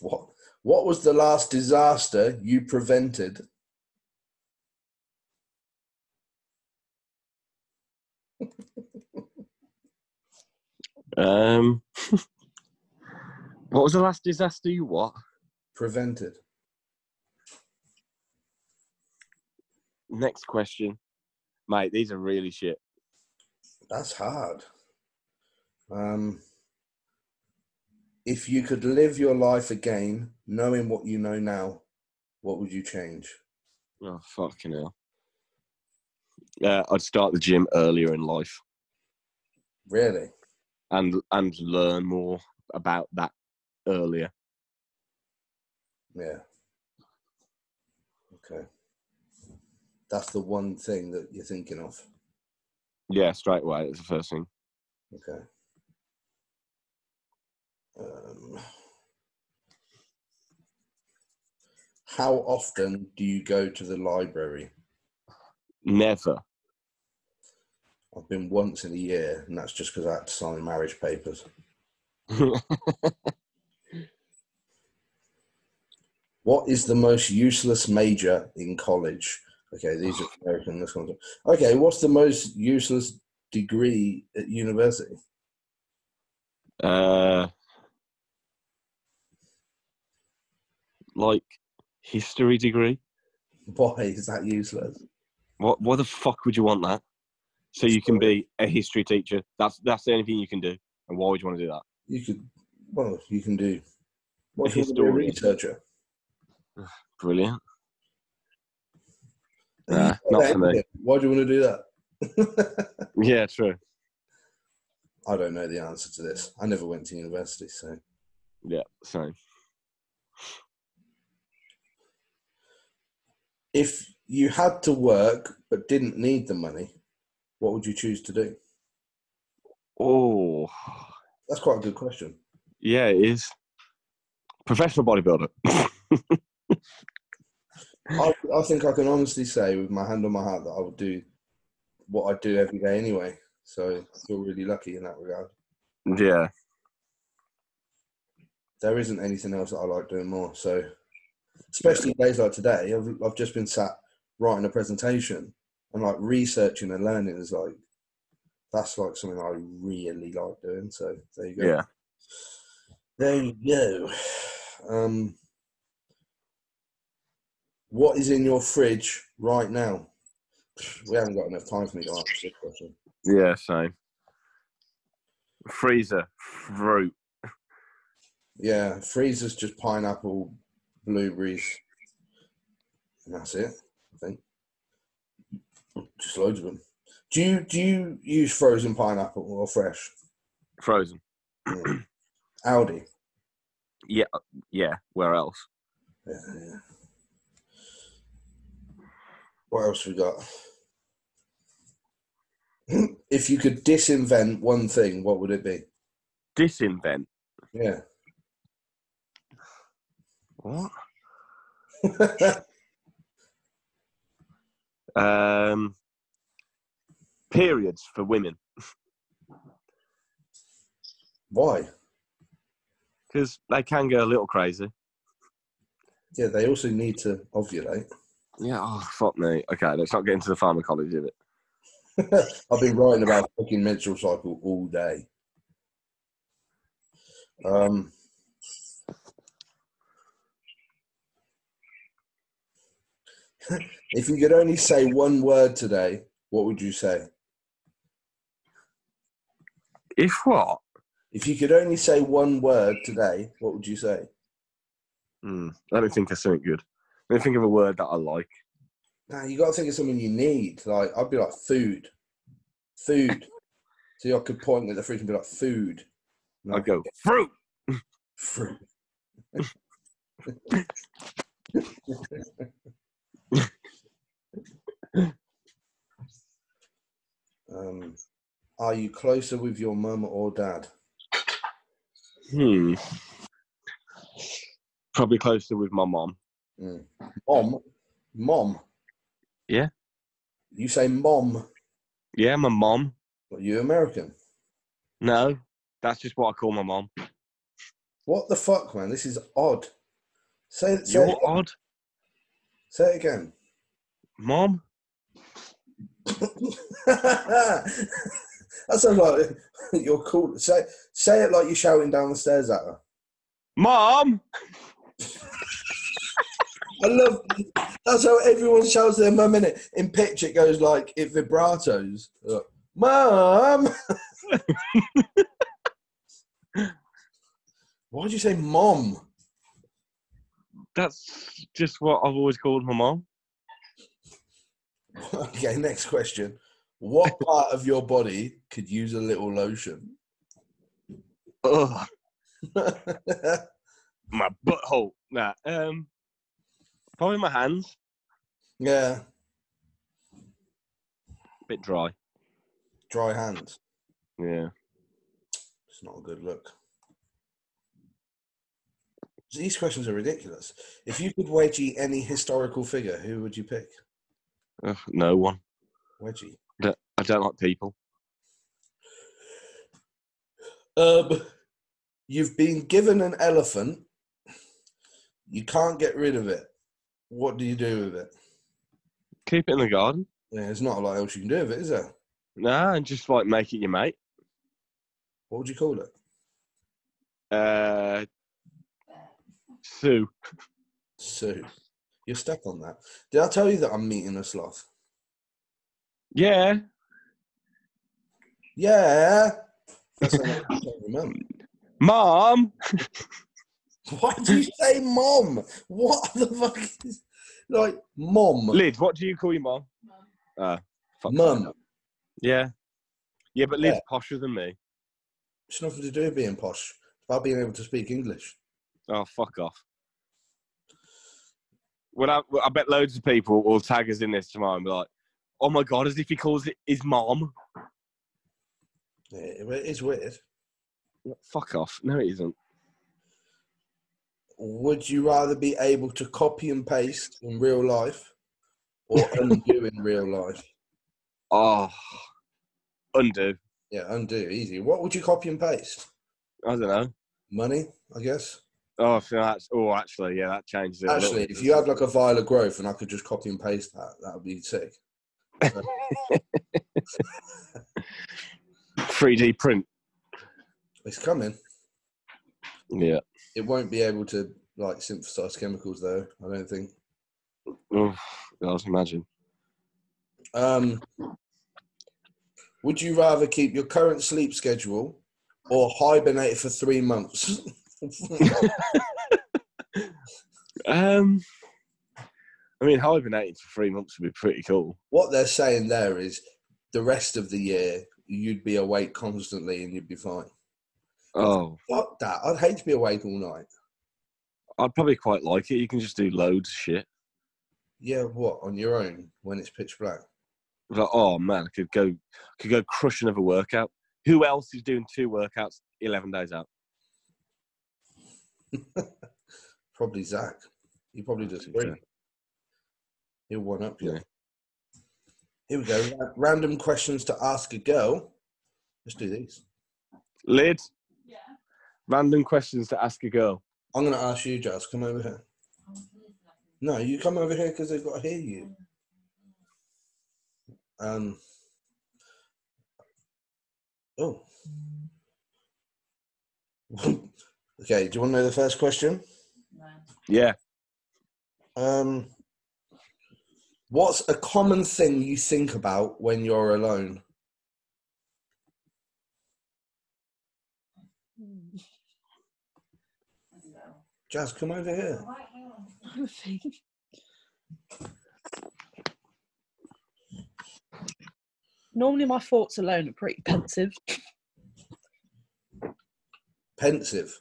Speaker 1: what? What was the last disaster you prevented?
Speaker 2: Um, what was the last disaster you what?
Speaker 1: Prevented.
Speaker 2: Next question, mate. These are really shit.
Speaker 1: That's hard. Um, if you could live your life again, knowing what you know now, what would you change?
Speaker 2: Oh fucking hell. Uh, I'd start the gym earlier in life
Speaker 1: Really?
Speaker 2: and and learn more about that earlier.
Speaker 1: Yeah. Okay. That's the one thing that you're thinking of.
Speaker 2: Yeah, straight away. That's the first thing.
Speaker 1: Okay. Um, how often do you go to the library?
Speaker 2: Never.
Speaker 1: I've been once in a year, and that's just because I had to sign marriage papers. What is the most useless major in college? Okay, these are American. This one's okay. What's the most useless degree at university?
Speaker 2: uh, like history degree.
Speaker 1: Why is that useless?
Speaker 2: What what the fuck would you want that? So you can be a history teacher. That's that's the only thing you can do. And why would you want to do that?
Speaker 1: You could, well, you can do. What if
Speaker 2: A
Speaker 1: you want to be a
Speaker 2: historian.
Speaker 1: researcher?
Speaker 2: Brilliant. Nah, not for me.
Speaker 1: Why do you want to do that?
Speaker 2: Yeah, true.
Speaker 1: I don't know the answer to this. I never went to university, so
Speaker 2: Yeah, same.
Speaker 1: if you had to work but didn't need the money, what would you choose to do?
Speaker 2: Oh,
Speaker 1: That's quite a good question.
Speaker 2: yeah, it is. Professional bodybuilder.
Speaker 1: I, I think I can honestly say, with my hand on my heart, that I would do what I do every day anyway. So I feel really lucky in that regard.
Speaker 2: yeah,
Speaker 1: There isn't anything else that I like doing more. So, especially days like today, I've, I've just been sat writing a presentation and like researching and learning is like that's like something I really like doing. So there you go.
Speaker 2: yeah.
Speaker 1: There you go. Um, what is in your fridge right now? We haven't got enough time for me to answer this question.
Speaker 2: Yeah, same. Freezer, fruit.
Speaker 1: Yeah, freezer's just pineapple, blueberries, and that's it. I think just loads of them. Do you do you use frozen pineapple or fresh?
Speaker 2: Frozen.
Speaker 1: Aldi.
Speaker 2: Yeah, where else?
Speaker 1: Yeah, yeah. What else we got? if you could disinvent one thing, what would it be?
Speaker 2: Disinvent.
Speaker 1: Yeah.
Speaker 2: What? Um, periods for women.
Speaker 1: Why?
Speaker 2: Because they can go a little crazy.
Speaker 1: Yeah, they also need to ovulate.
Speaker 2: Yeah, oh, fuck me. Okay, let's not get into the pharmacology of it.
Speaker 1: I've been writing about fucking menstrual cycle all day. Um, if you could only say one word today, what would you say?
Speaker 2: If what?
Speaker 1: If you could only say one word today, what would you say?
Speaker 2: Hmm, I don't think I something good. Let me think of a word that I like.
Speaker 1: Now you got to think of something you need. Like I'd be like food, food. So I could point at the fridge and be like food. And
Speaker 2: I
Speaker 1: I'd
Speaker 2: go fruit.
Speaker 1: fruit. um, are you closer with your mum or dad?
Speaker 2: Hmm. Probably closer with my mom.
Speaker 1: Mom, mom.
Speaker 2: Yeah.
Speaker 1: You say mom,
Speaker 2: Yeah, my mom.
Speaker 1: but you American.
Speaker 2: No, that's just what I call my mom.
Speaker 1: What the fuck, man? This is odd. Say, say, it,
Speaker 2: You're
Speaker 1: again.
Speaker 2: odd,
Speaker 1: say it again.
Speaker 2: mom.
Speaker 1: that sounds like you're cool. Say say it like you're shouting down the stairs at her.
Speaker 2: Mom.
Speaker 1: I love that's how everyone shouts their mum in it. In pitch it goes like it vibratos. Like, mum Why'd you say mom?
Speaker 2: That's just what I've always called my mom.
Speaker 1: okay, next question. What part of your body could use a little lotion?
Speaker 2: Ugh, my butthole. Nah. Um. Probably my hands.
Speaker 1: yeah,
Speaker 2: bit dry.
Speaker 1: dry hands.
Speaker 2: Yeah.
Speaker 1: It's not a good look. These questions are ridiculous. If you could wedgie any historical figure, who would you pick?
Speaker 2: Ugh, no one.
Speaker 1: Wedgie.
Speaker 2: I don't like people.
Speaker 1: Um, you've been given an elephant. You can't get rid of it. What do you do with it?
Speaker 2: Keep it in the garden.
Speaker 1: Yeah, there's not a lot else you can do with it, is there?
Speaker 2: Nah, and just like make it your mate.
Speaker 1: What would you call it?
Speaker 2: Uh. Sue.
Speaker 1: Sue. You're stuck on that. Did I tell you that I'm meeting a sloth?
Speaker 2: Yeah.
Speaker 1: Yeah. That's all I can remember.
Speaker 2: Mom.
Speaker 1: Why do you say mom? What the fuck is like mom?
Speaker 2: Liz, what do you call your mom?
Speaker 4: Mum.
Speaker 2: Fuck.
Speaker 1: Mum.
Speaker 2: Yeah. Yeah, but Liz
Speaker 1: Yeah.
Speaker 2: posher than me.
Speaker 1: It's nothing to do with being posh. It's about being able to speak English.
Speaker 2: Oh, fuck off. When I, well, I bet loads of people will tag us in this tomorrow and be like, oh my God, as if he calls it his mom.
Speaker 1: Yeah, it is weird.
Speaker 2: Fuck off. No, it isn't.
Speaker 1: Would you rather be able to copy and paste in real life or undo in real life?
Speaker 2: Oh, undo.
Speaker 1: Yeah, undo, easy. What would you copy and paste?
Speaker 2: I don't know.
Speaker 1: Money, I guess.
Speaker 2: Oh, so that's, oh, actually, yeah, that changes it. a little
Speaker 1: Actually,
Speaker 2: bit,
Speaker 1: if
Speaker 2: doesn't
Speaker 1: you
Speaker 2: it?
Speaker 1: had like a vial of growth and I could just copy and paste that, that would be sick.
Speaker 2: 3D print.
Speaker 1: It's coming.
Speaker 2: Yeah.
Speaker 1: It won't be able to like synthesize chemicals though, I don't think.
Speaker 2: Oh, God, imagine.
Speaker 1: Um, would you rather keep your current sleep schedule or hibernate for three months?
Speaker 2: Um, I mean, hibernating for three months would be pretty cool.
Speaker 1: what they're saying there is the rest of the year you'd be awake constantly and you'd be fine.
Speaker 2: Oh,
Speaker 1: Fuck that. I'd hate to be awake all night.
Speaker 2: I'd probably quite like it. You can just do loads of shit.
Speaker 1: Yeah, what? On your own when it's pitch black.
Speaker 2: It's like, oh man, I could go, I could go crush another workout. Who else is doing two workouts eleven days out?
Speaker 1: Probably Zach. He probably does
Speaker 2: think so.
Speaker 1: three. He'll one up you.
Speaker 2: Yeah.
Speaker 1: Here we go. Ra- Random questions to ask a girl. Let's do these.
Speaker 2: Lid,
Speaker 4: Yeah.
Speaker 2: random questions to ask a girl.
Speaker 1: I'm going to ask you, Jazz. Come over here. No, you come over here because they've got to hear you. Um. Oh. okay. Do you want to know the first question?
Speaker 4: No.
Speaker 2: Yeah.
Speaker 1: Um. What's a common thing you think about when you're alone?
Speaker 4: No.
Speaker 1: Jazz, come over here.
Speaker 4: Right, hang on.
Speaker 3: I think. Normally, my thoughts alone are pretty pensive.
Speaker 1: Pensive.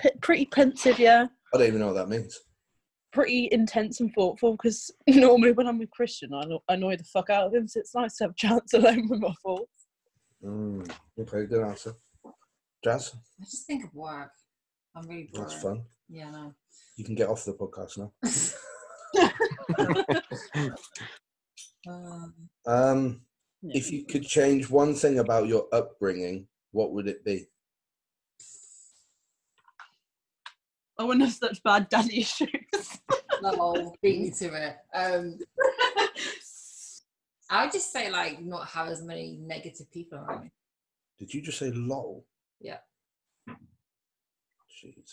Speaker 3: P- pretty pensive, yeah.
Speaker 1: I don't even know what that means.
Speaker 3: Pretty intense and thoughtful because normally when I'm with Christian, I anno- annoy the fuck out of him. So it's nice to have chance alone with my thoughts.
Speaker 1: Mm, okay, good answer. Jazz,
Speaker 4: I just think of work. I'm really bored.
Speaker 1: that's fun.
Speaker 4: Yeah, no.
Speaker 1: You can get off the podcast now.
Speaker 4: um,
Speaker 1: Um,
Speaker 3: Yeah.
Speaker 1: if you could change one thing about your upbringing, what would it be?
Speaker 3: I wouldn't have such bad daddy issues.
Speaker 4: no, beat me to it. Um, I would just say like not have as many negative people around me.
Speaker 1: Did you just say lol?
Speaker 4: Yeah.
Speaker 1: Jeez.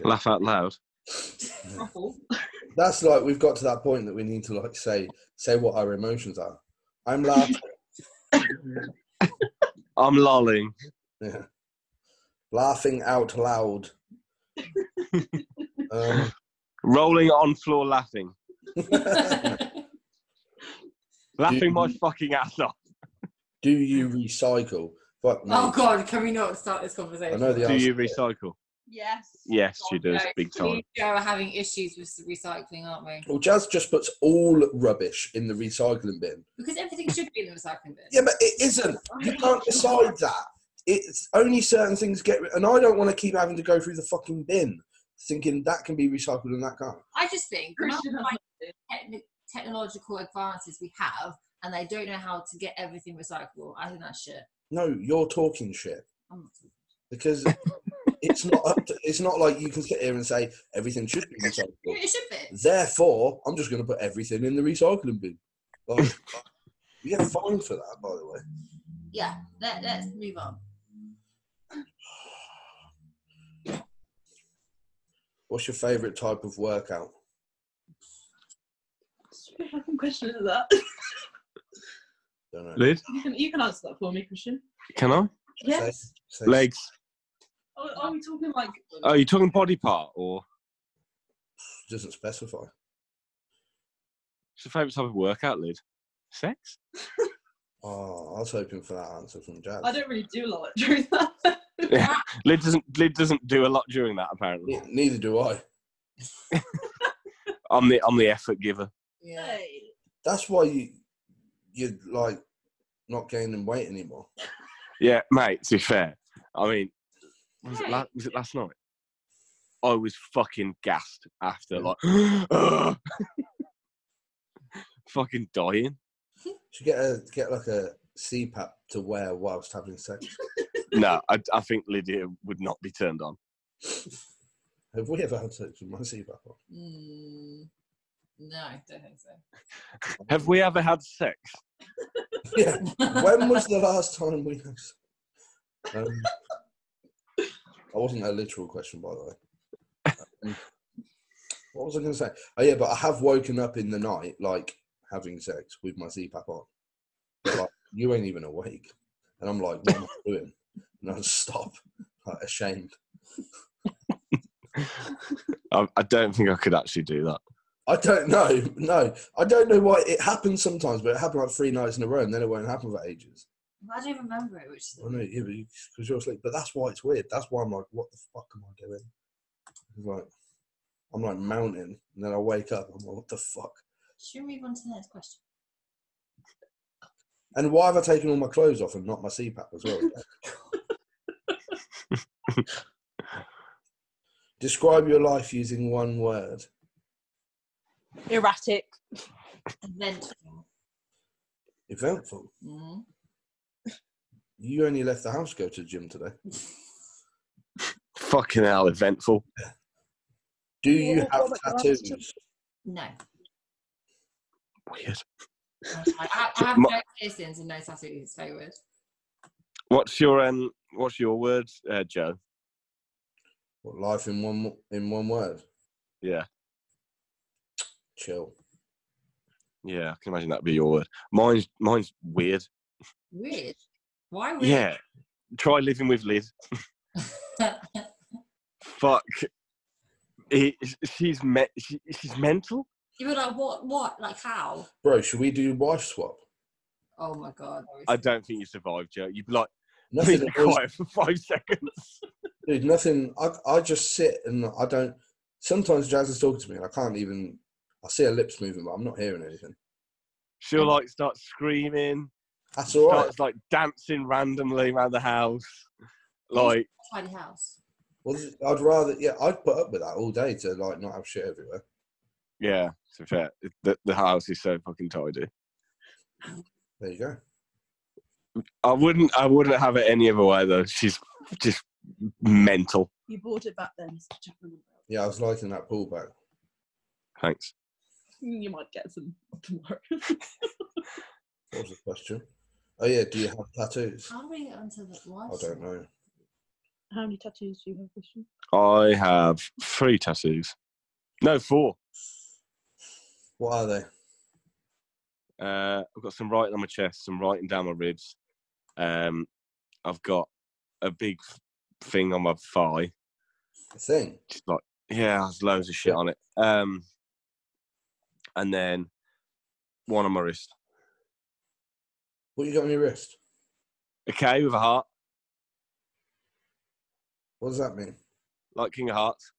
Speaker 1: Okay.
Speaker 2: Laugh out loud.
Speaker 1: Yeah. That's like we've got to that point that we need to like say say what our emotions are. I'm laughing.
Speaker 2: I'm lolling.
Speaker 1: yeah. Laughing out loud. um,
Speaker 2: Rolling on floor laughing.
Speaker 4: Awful.
Speaker 2: Laughing my fucking ass off.
Speaker 1: do you recycle? Fuck me.
Speaker 4: oh God, can we not start this conversation?
Speaker 1: I know the
Speaker 2: Do
Speaker 1: answer.
Speaker 2: you recycle?
Speaker 3: yes.
Speaker 2: Yes, she does.
Speaker 4: No,
Speaker 2: Big time.
Speaker 4: We are having issues with recycling, aren't we?
Speaker 1: Well, Jazz just puts all rubbish in the recycling bin.
Speaker 4: Because everything should be in the recycling bin.
Speaker 1: Yeah, but it isn't. You can't decide that. It's only certain things get, and I don't want to keep having to go through the fucking bin, thinking that can be recycled and that can't.
Speaker 4: I just think the amount
Speaker 3: Christian
Speaker 4: of, like, techni- technological advances we have, and they don't know how to get everything recyclable. I think that's shit.
Speaker 1: No, you're talking shit
Speaker 4: I'm not
Speaker 1: because it's not up. To, it's not like you can sit here and say everything should be recyclable.
Speaker 4: It should be.
Speaker 1: Therefore, I'm just going to put everything in the recycling bin. Like, you get fined for that, by the way.
Speaker 4: Yeah, let, let's move on.
Speaker 1: What's your favourite type of workout?
Speaker 3: Stupid fucking question is that?
Speaker 1: Don't know.
Speaker 2: Liz,
Speaker 3: you, can, you can answer that for me, Christian.
Speaker 2: can I?
Speaker 3: Yes.
Speaker 1: Say- say-
Speaker 2: Legs.
Speaker 3: Are, are we talking like?
Speaker 2: Oh, you're talking body part or
Speaker 1: Doesn't specify.
Speaker 2: what's your favourite type of workout, Liz? Sex?
Speaker 1: Oh, I was hoping for that answer from Jazz.
Speaker 3: I don't really do a lot during that.
Speaker 2: Lid doesn't Lid doesn't do a lot during that apparently.
Speaker 1: Ne- Neither do I.
Speaker 2: I'm the I'm the effort giver.
Speaker 4: Yeah.
Speaker 1: That's why you you're like not gaining weight anymore.
Speaker 2: Yeah, mate. To be fair, I mean, was it, la-
Speaker 4: Right.
Speaker 2: was it last night? I was fucking gassed after
Speaker 1: Yeah.
Speaker 2: like, fucking dying.
Speaker 1: Should get a get like a CPAP to wear whilst having sex.
Speaker 2: No, I, I think Lydia would not be turned on.
Speaker 1: Have we ever had sex with my CPAP on?
Speaker 4: Mm, no, I don't think so.
Speaker 2: Have we ever had sex?
Speaker 1: Yeah. When was the last time we had? sex? Um, I wasn't a literal question, by the way. Um, what was I going to say? Oh yeah, but I have woken up in the night, like having sex with my CPAP on. But, like, you ain't even awake, and I'm like, what am I doing? And I just stop, like ashamed.
Speaker 2: I, I don't think I could actually do that.
Speaker 1: I don't know. No, I don't know why it happens sometimes, but it happened like three nights in a row, and then it won't happen for ages.
Speaker 4: I don't remember it, which is
Speaker 1: I know, yeah, because you're asleep. But that's why it's weird. That's why I'm like, what the fuck am I doing? It's like, I'm like mounting, and then I wake up. I'm like, what the fuck?
Speaker 4: Should we move on to the next question?
Speaker 1: And why have I taken all my clothes off and not my CPAP as well? Describe your life using one word.
Speaker 3: Erratic.
Speaker 4: Eventful.
Speaker 1: Eventful.
Speaker 4: Mm.
Speaker 1: You only left the house to go to the gym today.
Speaker 2: Fucking hell, eventful.
Speaker 1: Do you
Speaker 3: What-
Speaker 1: have
Speaker 3: what about the last
Speaker 1: tattoos?
Speaker 4: No.
Speaker 2: Weird.
Speaker 4: I, I, I have
Speaker 2: My-
Speaker 4: no piercings and no tattoos. It's very weird.
Speaker 2: What's your um? What's your word, uh, Joe?
Speaker 1: What life in one in one word?
Speaker 2: Yeah.
Speaker 1: Chill.
Speaker 2: Yeah, I can imagine that'd be your word. Mine's mine's weird.
Speaker 4: Weird. Why weird?
Speaker 2: Yeah. Try living with Liz. Fuck. He, she's me- she, she's mental.
Speaker 4: you were like, what? What? Like how?
Speaker 1: Bro, should we do wife swap?
Speaker 4: Oh my god.
Speaker 2: I don't think you survived, Joe. You'd be like, please
Speaker 1: Nothing.
Speaker 2: be quiet for five seconds.
Speaker 1: Dude, nothing. I, I just sit and I don't. Sometimes Jazz is talking to me and I can't even. I see her lips moving, but I'm not hearing anything.
Speaker 2: She'll like start screaming.
Speaker 1: That's all right.
Speaker 2: Starts like dancing randomly around the house. Like,
Speaker 4: Tidy house.
Speaker 1: Well, I'd rather. Yeah, I'd put up with that all day to like not have shit everywhere.
Speaker 2: yeah, to be fair, the, the house is so fucking tidy.
Speaker 1: There you go.
Speaker 2: I wouldn't, I wouldn't have it any other way though. She's just mental.
Speaker 3: You bought it back then, Mr. Chapman.
Speaker 1: Yeah, I was liking that pullback.
Speaker 2: Thanks.
Speaker 3: You might get some tomorrow.
Speaker 1: What was the question? Oh yeah, do you have tattoos?
Speaker 4: How do we get onto the why?
Speaker 1: I don't know.
Speaker 3: How many tattoos do you have, Christian?
Speaker 2: I have three tattoos. No, four.
Speaker 1: What are they?
Speaker 2: Uh, I've got some writing on my chest, some writing down my ribs. Um, I've got a big f- thing on my thigh.
Speaker 1: A thing.
Speaker 2: Just like yeah, there's loads of shit on it. Um, and then one on my wrist.
Speaker 1: What you got on your wrist?
Speaker 2: A K with a heart,
Speaker 1: What does that mean?
Speaker 2: like King of Hearts.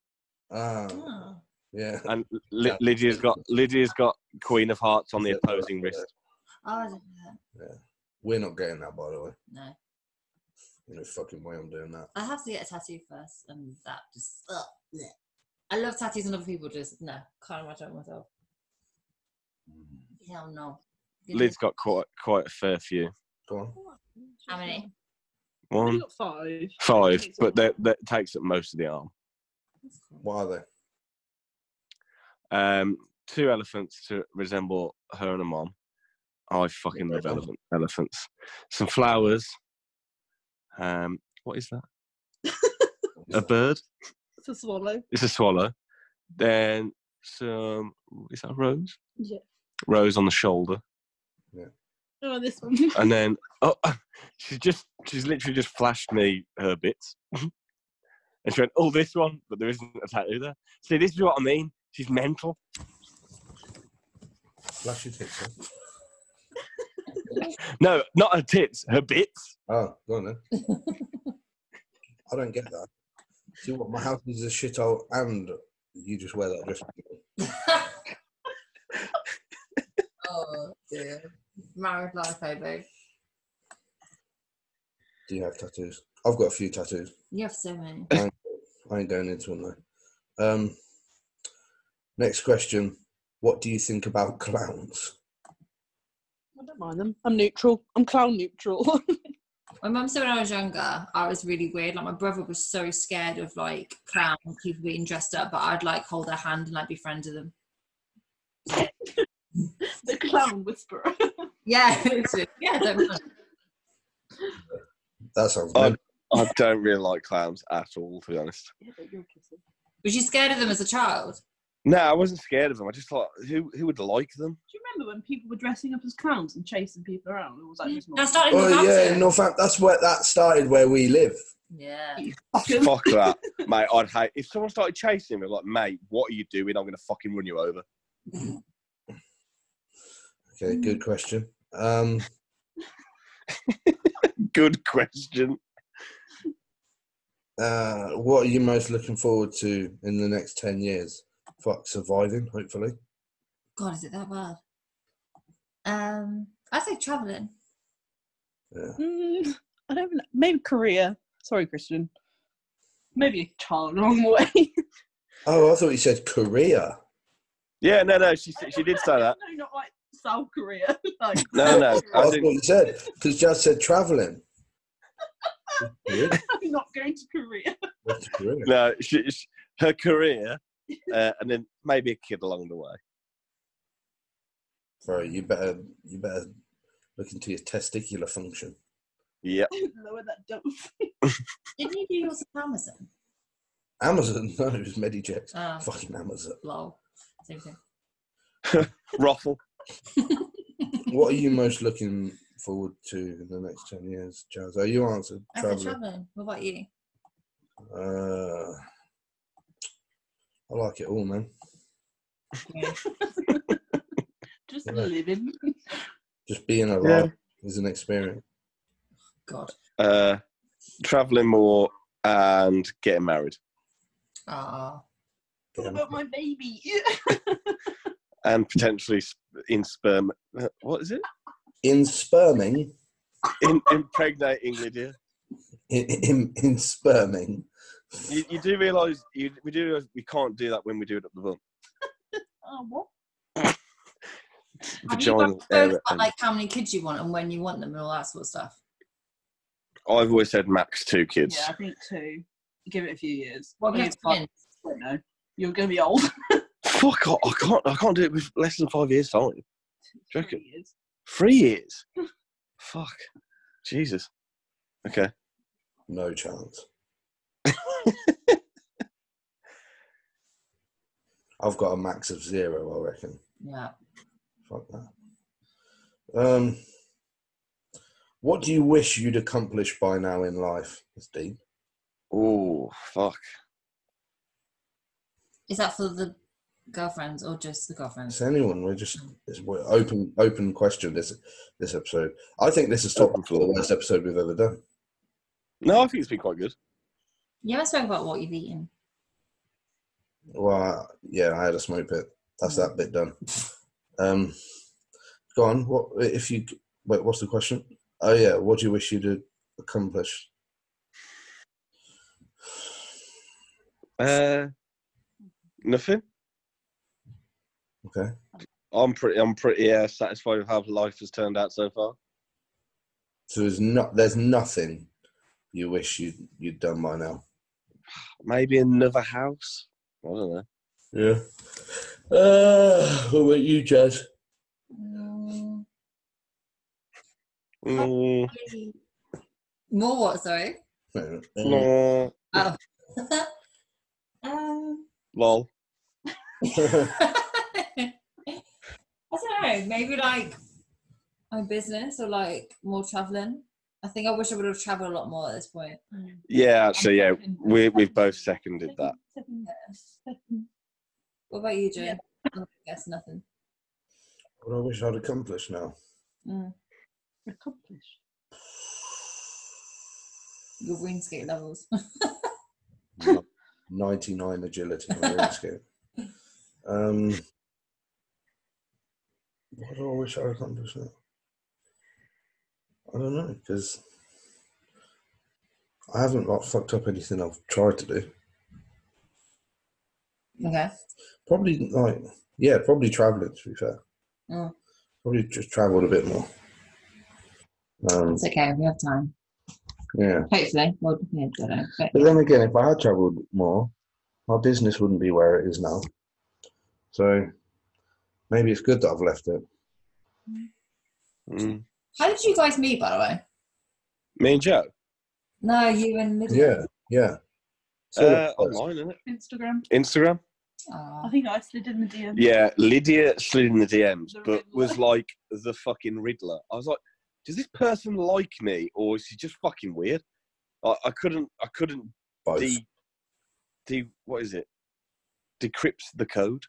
Speaker 1: Ah,
Speaker 4: Ah.
Speaker 1: yeah.
Speaker 2: And Li-
Speaker 1: Yeah.
Speaker 2: Lydia's got Lydia's got Queen of Hearts on the
Speaker 1: Yeah.
Speaker 2: opposing wrist.
Speaker 4: Oh, I don't know.
Speaker 1: We're not getting that, by the way.
Speaker 4: No.
Speaker 1: You know, fucking way I'm doing that.
Speaker 4: I have to get a tattoo first, and that just. Ugh, bleh. I love tattoos on other people. Just no, can't imagine it myself. Hell no. Give me-
Speaker 2: Lid's got quite quite a fair few.
Speaker 1: Go on.
Speaker 4: How many?
Speaker 3: I've
Speaker 2: One,
Speaker 3: got five.
Speaker 2: Um, five, but that that takes up most of the arm.
Speaker 4: That's cool.
Speaker 1: What are they?
Speaker 2: Um, two elephants to resemble her and her mom. I fucking love elephant, elephants. Some flowers. Um, what is that? A bird.
Speaker 3: It's a swallow.
Speaker 2: It's a swallow. Then some. Is that a rose?
Speaker 3: Yeah.
Speaker 2: Rose on the shoulder,
Speaker 3: Oh, this one.
Speaker 2: and then oh, she's just she's literally just flashed me her bits, and she went, "Oh, this one," but there isn't a tattoo there. See, this is what I mean. She's mental.
Speaker 1: Flash your tits. Huh?
Speaker 2: No, not her tits, her bits.
Speaker 1: Oh, go on then. I don't get that. See what? My house is a shithole, and you just wear that dress.
Speaker 4: oh dear. Married life, baby.
Speaker 1: Do you have tattoos? I've got a few tattoos.
Speaker 4: You have so many.
Speaker 1: I ain't going into them though. Um, next question: What do you think about clowns?
Speaker 3: I don't mind them. I'm neutral. I'm clown neutral.
Speaker 4: My mum said when I was younger, I was really weird. Like my brother was so scared of like clown people being dressed up, but I'd like hold their hand and like be friends with them.
Speaker 3: the clown whisperer.
Speaker 4: Yeah, literally. yeah, don't mind.
Speaker 1: That sounds.
Speaker 2: Oh,
Speaker 1: mental.
Speaker 2: I don't really like clowns at all, to be honest.
Speaker 4: Was you scared of them as a child?
Speaker 2: No, I wasn't scared of them. I just thought, who who would like them?
Speaker 3: Do you remember when people were dressing up as clowns and chasing people around? Or was that just
Speaker 4: I started
Speaker 1: oh yeah,
Speaker 4: Northampton.
Speaker 1: in Northampton. That's where that started. Where we live.
Speaker 4: yeah.
Speaker 2: Fuck that, mate. I'd hate if someone started chasing me. I'd be Like, mate, what are you doing? I'm gonna fucking run you over.
Speaker 1: Okay, good question. Um,
Speaker 2: Good question.
Speaker 1: uh, what are you most looking forward to in the next ten years? Fuck, surviving. Hopefully,
Speaker 4: God, is it that bad? Um, I'd say traveling.
Speaker 1: yeah.
Speaker 3: Mm, I don't know. Maybe Korea. Sorry, Christian. Maybe a child wrong way.
Speaker 1: Oh, I thought you said Korea.
Speaker 2: Yeah, no, no. She said- she did say that.
Speaker 3: No, not like South Korea. like,
Speaker 2: Uh, No, no. I
Speaker 1: That's what
Speaker 2: didn't.
Speaker 1: Oh, you said because Jazz said traveling. Weird.
Speaker 3: I'm not going to Korea.
Speaker 1: What's Korea?
Speaker 2: No, she, she- her career, uh, and then maybe a kid along the way.
Speaker 1: Sorry, you better you better look into your testicular function.
Speaker 2: Yeah.
Speaker 3: Lower that dump.
Speaker 4: Didn't you do yours on Amazon?
Speaker 1: Amazon, no, it was Medijet.
Speaker 4: Oh,
Speaker 1: Fucking Amazon.
Speaker 4: lol. Same thing.
Speaker 2: Ruffle.
Speaker 1: What are you most looking forward to in the next ten years, Jazz? Are you answered?
Speaker 4: I said
Speaker 1: Traveling.
Speaker 4: traveling. What about you?
Speaker 1: Uh, I like it all, man.
Speaker 3: Just
Speaker 1: Yeah.
Speaker 3: living.
Speaker 1: Just being alive is an experience.
Speaker 4: God.
Speaker 2: Uh, traveling more and getting married
Speaker 4: Ah.
Speaker 3: What about my baby?
Speaker 2: and potentially sp- in sperm. uh, What is it?
Speaker 1: In sperming,
Speaker 2: In, impregnating Lydia.
Speaker 1: in, in, in sperming.
Speaker 2: You, you do realise you, we do realise we can't do that when we do it up the bum.
Speaker 3: oh, what?
Speaker 4: Have you
Speaker 2: Vaginal
Speaker 4: guys spoken
Speaker 2: area.
Speaker 4: about, like how many kids you want and when you want them and all that sort of stuff?
Speaker 2: I've always said max two kids.
Speaker 3: Yeah, I think two. Give it a few years.
Speaker 4: What
Speaker 3: I
Speaker 4: have
Speaker 3: mean,
Speaker 4: you been?
Speaker 3: don't know. You're going to be old.
Speaker 2: Fuck! I, I can't. I can't do it with less than five years time. you reckon?
Speaker 3: Three years.
Speaker 2: Three years. Fuck. Jesus. Okay.
Speaker 1: No chance. I've got a max of zero, I reckon.
Speaker 4: Yeah.
Speaker 1: Fuck that. Um, what do you wish you'd accomplished by now in life? That's deep.
Speaker 2: Oh fuck.
Speaker 4: Is that for the girlfriends or just the girlfriends?
Speaker 1: It's anyone. We're just it's, we're open open question. This this episode. I think this is top
Speaker 2: Open
Speaker 1: for
Speaker 2: floor.
Speaker 1: the worst episode we've ever done.
Speaker 2: No, I think it's been quite good.
Speaker 4: You haven't spoken about what you've eaten.
Speaker 1: Well, yeah, I had a smoke pit. That's that bit done. Um, go on. What if you wait? What's the question? Oh yeah, what do you wish you'd accomplished?
Speaker 2: Uh, nothing.
Speaker 1: Okay.
Speaker 2: I'm pretty. I'm pretty uh, satisfied with how life has turned out so far.
Speaker 1: So there's not there's nothing you wish you would you'd done by now.
Speaker 2: Maybe another house. I don't know.
Speaker 1: Yeah. Uh, what about you, Jazz?
Speaker 4: Mm,
Speaker 2: Mm,
Speaker 4: More what, sorry?
Speaker 2: no.
Speaker 4: um,
Speaker 2: Lol.
Speaker 4: I I don't know. Maybe like my business or like more traveling. I think I wish I would have traveled a lot more at this point.
Speaker 2: Yeah, actually, yeah, we we've both seconded that.
Speaker 4: What about you, Jay?
Speaker 3: Yeah.
Speaker 4: I guess nothing.
Speaker 1: What I wish I'd accomplished now.
Speaker 4: Mm.
Speaker 3: Accomplished.
Speaker 4: Your RuneScape levels.
Speaker 1: 99 agility on RuneScape. um, what do I wish I accomplished now? I don't know, because I haven't like, fucked up anything I've tried to do.
Speaker 4: okay.
Speaker 1: Probably, like, yeah, probably traveling, to be fair.
Speaker 4: Mm.
Speaker 1: Probably just traveled a bit more. Um,
Speaker 4: It's okay. We have time.
Speaker 1: yeah.
Speaker 4: Hopefully. Well, yeah, I don't know. But
Speaker 1: But then again, if I had travelled more, my business wouldn't be where it is now. So maybe it's good that I've left it.
Speaker 2: Mm.
Speaker 4: How did you guys meet, by the way?
Speaker 2: Me and Joe.
Speaker 4: No, you and Lydia.
Speaker 1: Yeah, yeah. So
Speaker 2: Uh, online, isn't it?
Speaker 3: Instagram.
Speaker 2: Instagram.
Speaker 4: Aw.
Speaker 3: I think I slid in the DM.
Speaker 2: Yeah, Lydia slid in the DMs,
Speaker 3: The
Speaker 2: but
Speaker 3: Riddler.
Speaker 2: was like the fucking Riddler. I was like, does this person like me, or is she just fucking weird? I, I couldn't, I couldn't
Speaker 1: both.
Speaker 2: de, de, what is it? Decrypt the code.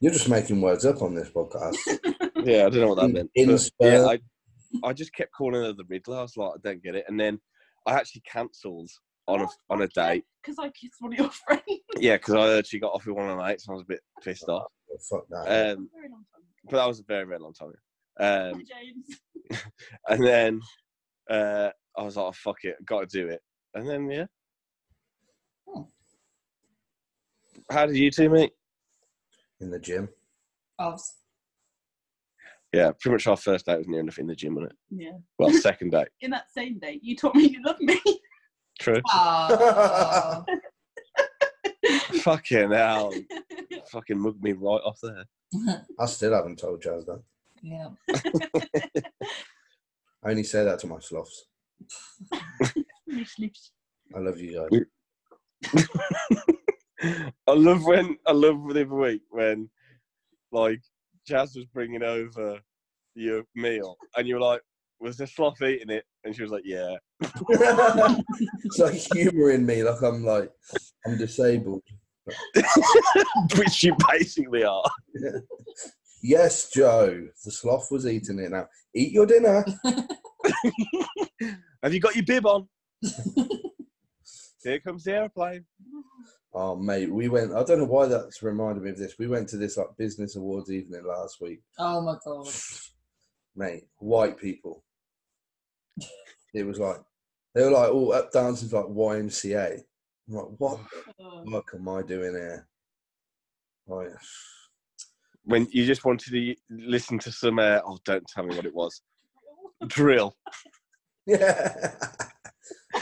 Speaker 1: You're just making words up on this podcast.
Speaker 2: Yeah, I don't know what that meant. but
Speaker 1: Insta-
Speaker 2: yeah, I, I just kept calling her the Riddler. I was like, I don't get it. And then I actually cancelled on a on a date.
Speaker 3: Because I kissed one of your friends.
Speaker 2: Yeah, because I heard she got off with one of the mates, and I was a bit pissed off.
Speaker 1: Oh, Fuck that.
Speaker 2: Um,
Speaker 3: Very long time.
Speaker 2: but that was a very very long time. ago. Um,
Speaker 3: James.
Speaker 2: And then uh, I was like, oh, fuck it, got to do it. And then, yeah. Hmm.
Speaker 4: Oh.
Speaker 2: How did you two meet?
Speaker 1: in the gym.
Speaker 4: Oh,
Speaker 2: Yeah, pretty much our first date was near enough in the gym, wasn't it?
Speaker 3: Yeah.
Speaker 2: Well, second date.
Speaker 3: In that same day, you told me you loved me.
Speaker 2: True.
Speaker 4: Oh.
Speaker 2: Fucking hell. Fucking mugged me right off there.
Speaker 1: I still haven't told Jazz that.
Speaker 4: yeah.
Speaker 1: I only say that to my sloths.
Speaker 3: Me sleeps.
Speaker 1: I love you guys.
Speaker 2: We- I love when I love the other week when like Jazz was bringing over your meal and you were like, was there sloth eating it? And she was like, yeah.
Speaker 1: it's like humouring me, like I'm like I'm disabled.
Speaker 2: Which you basically are.
Speaker 1: Yes, Joe. The sloth was eating it now. Eat your dinner.
Speaker 2: Have you got your bib on? Here comes the airplane.
Speaker 1: Oh mate, we went. I don't know why that's reminded me of this. We went to this like business awards evening last week,
Speaker 4: Oh my god.
Speaker 1: mate. White people. It was like they were like all up dancing to like YMCA. I'm like, what the fuck am I doing here? Like,
Speaker 2: When you just wanted to listen to some, uh, oh, don't tell me what it was. Drill.
Speaker 1: yeah,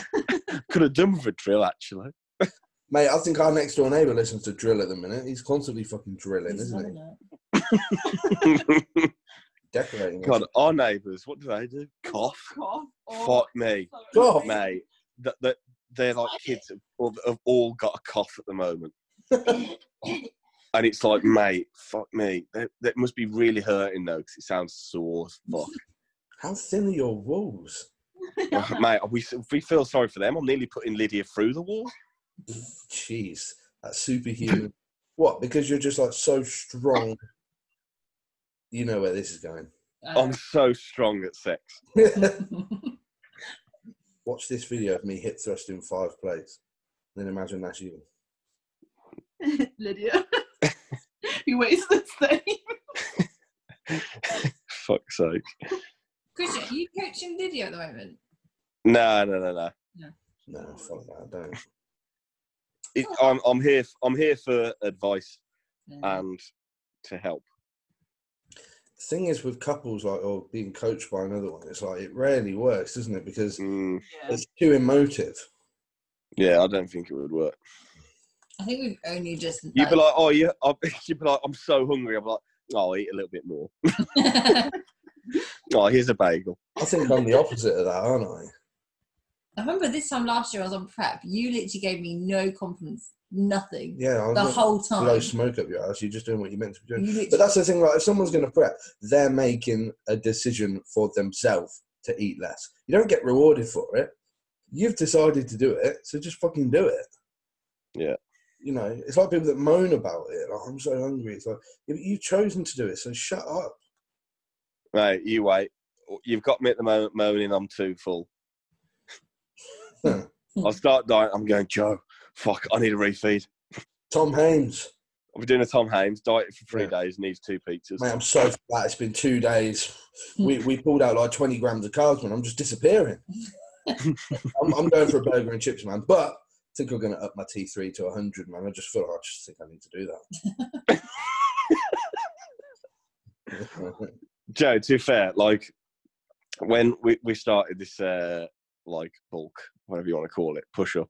Speaker 2: Could have done with a drill, actually.
Speaker 1: mate. I think our next door neighbour listens to drill at the minute. He's constantly fucking drilling,
Speaker 4: He's
Speaker 1: isn't
Speaker 4: loving
Speaker 1: he?
Speaker 4: it.
Speaker 1: Decorating.
Speaker 2: God, our neighbours, what do they do? Cough.
Speaker 3: Cough. Oh,
Speaker 2: Fuck me.
Speaker 1: Cough.
Speaker 2: Mate, that, that, they're like kids have all, have all got a cough at the moment. and it's like, mate, fuck me. That, that must be really hurting, though, because it sounds sore as fuck.
Speaker 1: How thin are your walls?
Speaker 2: Well, mate, we, we feel sorry for them. I'm nearly putting Lydia through the wall.
Speaker 1: Jeez, that's superhuman. what? Because you're just like so strong. You know where this is going.
Speaker 4: Uh,
Speaker 2: I'm so strong at sex.
Speaker 1: Um, Watch this video of me hip thrusting five plates. Then imagine that's you.
Speaker 3: Lydia. you wasted the same.
Speaker 2: Fuck's sake.
Speaker 4: Christian, are you coaching Lydia at the moment?
Speaker 2: No, no, no, no.
Speaker 1: No, fuck that. Don't.
Speaker 2: It, I'm, I'm here. f- I'm here for advice and to help.
Speaker 1: Thing is, with couples like or being coached by another one, it's like it rarely works, doesn't it? Because
Speaker 2: Mm,
Speaker 3: Yeah.
Speaker 1: it's too emotive.
Speaker 2: yeah, I don't think it would work.
Speaker 4: I think we've only just.
Speaker 2: You'd be like, oh yeah. I'll, you'd be like, I'm so hungry. I'm like, "Oh, I'll eat a little bit more.
Speaker 4: like,
Speaker 2: Oh, here's a bagel.
Speaker 1: I think I'm the opposite of that, aren't I?
Speaker 4: I remember this time last year I was on prep. You literally gave me no confidence, nothing
Speaker 1: Yeah, I was
Speaker 4: the
Speaker 1: not-
Speaker 4: whole time.
Speaker 1: blow smoke up your ass. You're just doing what you're meant to be
Speaker 4: You
Speaker 1: doing.
Speaker 4: literally-
Speaker 1: But that's the thing, like, if someone's going to prep, they're making a decision for themselves to eat less. You don't get rewarded for it. You've decided to do it, so just fucking do it.
Speaker 2: Yeah.
Speaker 1: You know, it's like people that moan about it. Like, I'm so hungry. It's like, yeah, but you've chosen to do it, so shut up.
Speaker 2: Right, you wait. You've got me at the moment moaning I'm too full.
Speaker 1: Huh.
Speaker 2: I'll start dying. I'm going, Joe, fuck, I need a refeed.
Speaker 1: Tom Haynes.
Speaker 2: I'll be doing a Tom Hames, dieted for three
Speaker 1: Yeah.
Speaker 2: days, needs two pizzas.
Speaker 1: Mate, I'm so fat. It's been two days. We, we pulled out like 20 grams of carbs, man. I'm just disappearing. I'm, I'm going for a burger and chips, man. But I think I'm going to up my T3 to 100, man. I just feel like I just think I need to do that.
Speaker 2: Joe, to be fair, like when we, we started this uh like bulk, whatever you want to call it, push up,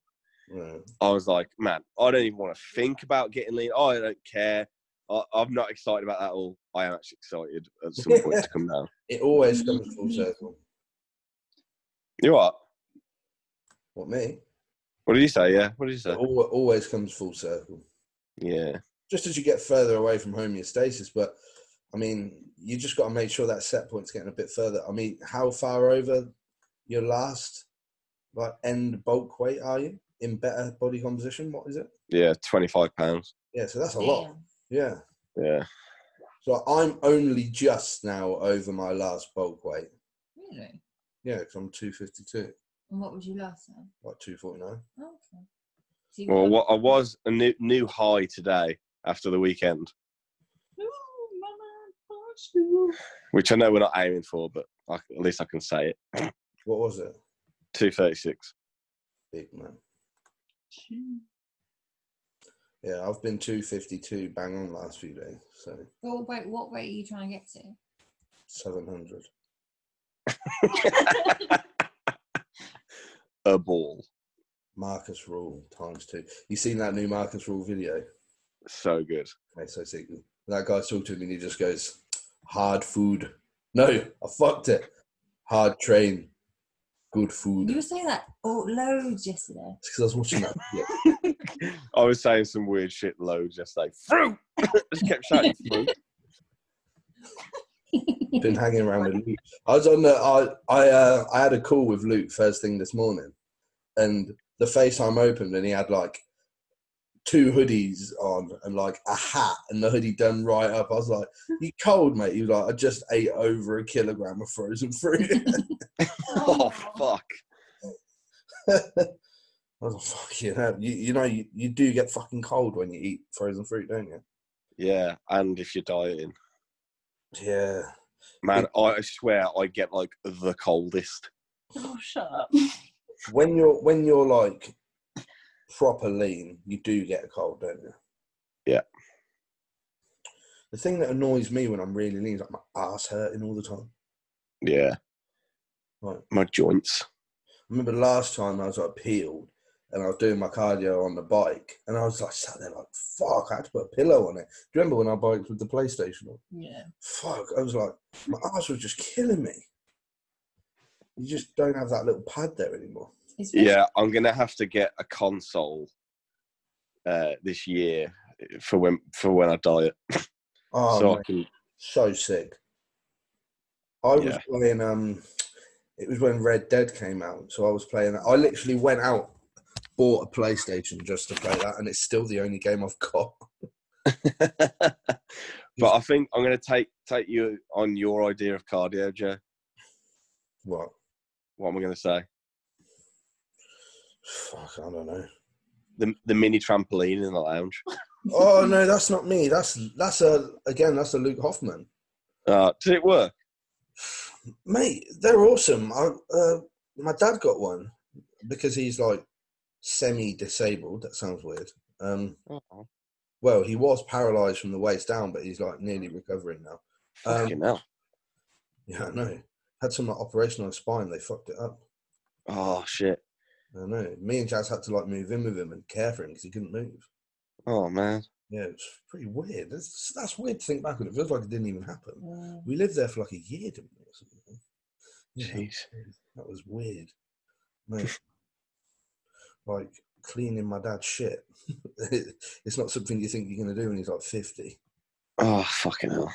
Speaker 1: Yeah.
Speaker 2: I was like, man, I don't even want to think about getting lean. I don't care. I, I'm not excited about that at all. I am actually excited at some point to come down.
Speaker 1: It always comes full circle.
Speaker 2: You know what?
Speaker 1: What, me?
Speaker 2: What did you say? Yeah. What did you
Speaker 1: It
Speaker 2: say?
Speaker 1: al- always comes full circle.
Speaker 2: Yeah.
Speaker 1: Just as you get further away from homeostasis, but I mean, you just got to make sure that set point's getting a bit further. I mean, how far over your last like end bulk weight are you in better body composition? What is it?
Speaker 2: Yeah. 25 pounds.
Speaker 1: Yeah, so that's a
Speaker 4: Damn.
Speaker 1: lot. Yeah.
Speaker 2: Yeah.
Speaker 1: So I'm only just now over my last bulk weight.
Speaker 4: Really?
Speaker 1: Yeah, 'cause I'm 252,
Speaker 4: And what was you last time?
Speaker 1: like 249.
Speaker 4: Oh, okay. So you
Speaker 2: Well,
Speaker 4: got-
Speaker 2: what I was a new, new high today after the weekend,
Speaker 4: Ooh, mama, push you.
Speaker 2: which I know we're not aiming for, but I, at least I can say it.
Speaker 1: What was it?
Speaker 2: 236.
Speaker 1: Big man. Yeah, I've been 252 bang on last few days, so
Speaker 4: Well, wait, what weight are you trying to get to?
Speaker 1: 700.
Speaker 2: A ball.
Speaker 1: Marcus Rule times two. You seen that new Marcus Rule video?
Speaker 2: So good.
Speaker 1: Mate, so sick. That guy's talking to him and he just goes, hard food. No, I fucked it. Hard train. Good food.
Speaker 4: You were saying that oh, loads yesterday.
Speaker 1: because I was watching that. video.
Speaker 2: I was saying some weird shit loads yesterday. Fruit! Just kept shouting fruit.
Speaker 1: Been hanging around with Luke. I was on the. I I uh, I had a call with Luke first thing this morning, and the FaceTime opened and he had like two hoodies on and like a hat and the hoodie done right up. I was like, "You cold, mate?" He was like, "I just ate over a kilogram of frozen fruit."
Speaker 2: Oh, fuck.
Speaker 1: I was like, fucking hell. You, you know, you, you do get fucking cold when you eat frozen fruit, don't you?
Speaker 2: Yeah, and if you're dieting.
Speaker 1: Yeah.
Speaker 2: Man, I swear I get like the coldest.
Speaker 3: Oh, shut up.
Speaker 1: When you're when you're like proper lean, you do get cold, don't you?
Speaker 2: Yeah.
Speaker 1: The thing that annoys me when I'm really lean is like my ass hurting all the time.
Speaker 2: Yeah.
Speaker 1: Right.
Speaker 2: My joints.
Speaker 1: I remember last time I was like peeled and I was doing my cardio on the bike and I was like sat there like fuck, I had to put a pillow on it. Do you remember when I biked with the PlayStation on?
Speaker 3: Yeah.
Speaker 1: fuck, I was like, my ass was just killing me. You just don't have that little pad there anymore.
Speaker 4: It's really-
Speaker 2: Yeah, I'm going to have to get a console uh, this year for when for when I diet.
Speaker 1: Oh,
Speaker 2: so I
Speaker 1: mate,
Speaker 2: can,
Speaker 1: so sick. I was
Speaker 2: Yeah.
Speaker 1: playing. Um, it was when Red Dead came out, so I was playing. I literally went out, bought a PlayStation just to play that, and it's still the only game I've got.
Speaker 2: but I think I'm going to take take you on your idea of cardio, Joe.
Speaker 1: What?
Speaker 2: What am I going to say?
Speaker 1: Fuck, I don't know.
Speaker 2: The the mini trampoline in the lounge.
Speaker 1: Oh no, that's not me. That's that's a again. That's a Luke Hoffman.
Speaker 2: Uh, does it work?
Speaker 1: Mate, they're awesome. I, uh, my dad got one because he's like semi-disabled. That sounds weird. Um,
Speaker 2: Oh,
Speaker 1: well, he was paralyzed from the waist down, but he's like nearly recovering now. Um,
Speaker 2: fucking hell.
Speaker 1: Yeah, I know. Had some like, operation on his spine. They fucked it up.
Speaker 2: Oh shit.
Speaker 1: I know. Me and Jazz had to like move in with him and care for him because he couldn't move.
Speaker 2: Oh man.
Speaker 1: Yeah, it's pretty weird. That's, that's weird to think back on. It feels like it didn't even happen. We lived there for like a year, didn't we? or something? Yeah,
Speaker 2: Jeez.
Speaker 1: that was weird. Mate, like cleaning my dad's shit. it's not something you think you're going to do when he's like 50.
Speaker 2: Oh, fucking hell.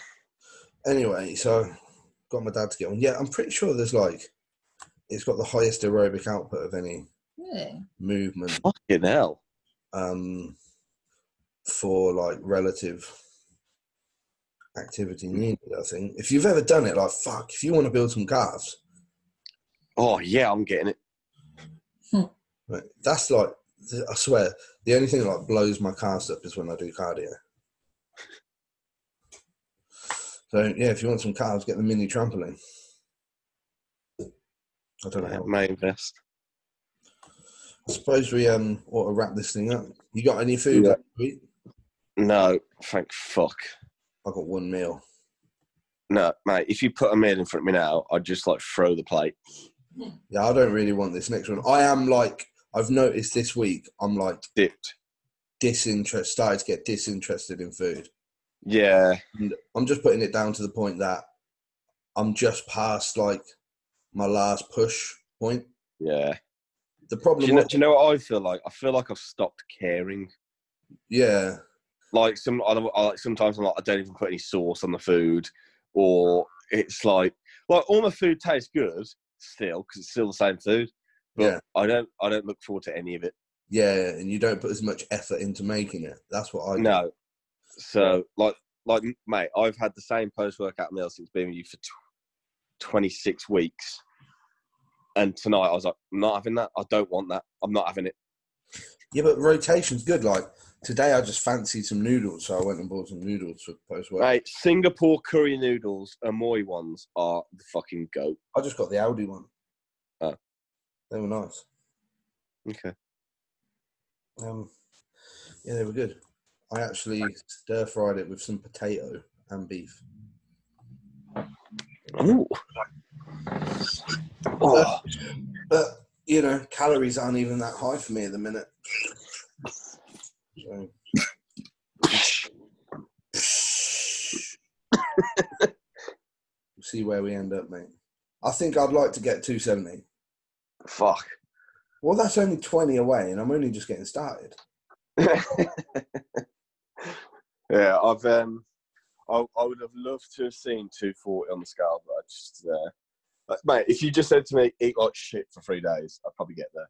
Speaker 1: Anyway, so got my dad to get one. Yeah, I'm pretty sure there's like, it's got the highest aerobic output of any
Speaker 4: Really?
Speaker 1: movement
Speaker 2: Fucking hell.
Speaker 1: um, for like relative activity
Speaker 2: Mm.
Speaker 1: needed. I think if you've ever done it, like fuck, if you want to build some calves,
Speaker 2: Oh, yeah, I'm getting it.
Speaker 1: right, that's like th- I swear the only thing that like blows my calves up is when I do cardio. So yeah, if you want some calves, get the mini trampoline. I don't know.
Speaker 2: Yeah,
Speaker 1: how-
Speaker 2: may invest.
Speaker 1: I suppose we um ought to wrap this thing up. You got any food?
Speaker 2: Yeah.
Speaker 1: left to eat?
Speaker 2: No, thank fuck.
Speaker 1: I got one meal.
Speaker 2: No, mate, if you put a meal in front of me now, I'd just like throw the plate.
Speaker 1: Yeah, I don't really want this next one. I am like, I've noticed this week, I'm like
Speaker 2: Dipped.
Speaker 1: disinterested, started to get disinterested in food.
Speaker 2: Yeah.
Speaker 1: And I'm just putting it down to the point that I'm just past like my last push point.
Speaker 2: Yeah.
Speaker 1: The
Speaker 2: Do
Speaker 1: problem,
Speaker 2: you, know,
Speaker 1: was-
Speaker 2: do you know what I feel like? I feel like I've stopped caring.
Speaker 1: yeah,
Speaker 2: Like some, I, don't- I like sometimes I'm like, I don't even put any sauce on the food, or it's like, like all my food tastes good still because it's still the same food. But
Speaker 1: Yeah.
Speaker 2: I don't, I don't look forward to any of it.
Speaker 1: yeah, and you don't put as much effort into making it. That's what I do.
Speaker 2: No. So like, like mate, I've had the same post-workout meal since being with you for tw- 26 weeks, and tonight I was like, I'm not having that. I don't want that. I'm not having it.
Speaker 1: Yeah, but rotation's good. Like today, I just fancied some noodles, so I went and bought some noodles for post work.
Speaker 2: Right, Singapore curry noodles, Amoy ones are the fucking goat.
Speaker 1: I just got the Aldi one.
Speaker 2: Oh.
Speaker 1: They were nice.
Speaker 2: Okay.
Speaker 1: Um, yeah, they were good. I actually stir fried it with some potato and beef.
Speaker 2: Ooh. Oh,
Speaker 1: But, you know, calories aren't even that high for me at the minute. So. We'll see where we end up, mate. I think I'd like to get 270.
Speaker 2: fuck.
Speaker 1: Well, that's only 20 away, and I'm only just getting started.
Speaker 2: yeah, I've um, I, I would have loved to have seen 240 on the scale, but I just uh, but, mate, if you just said to me eat like shit for three days, I'd probably get there.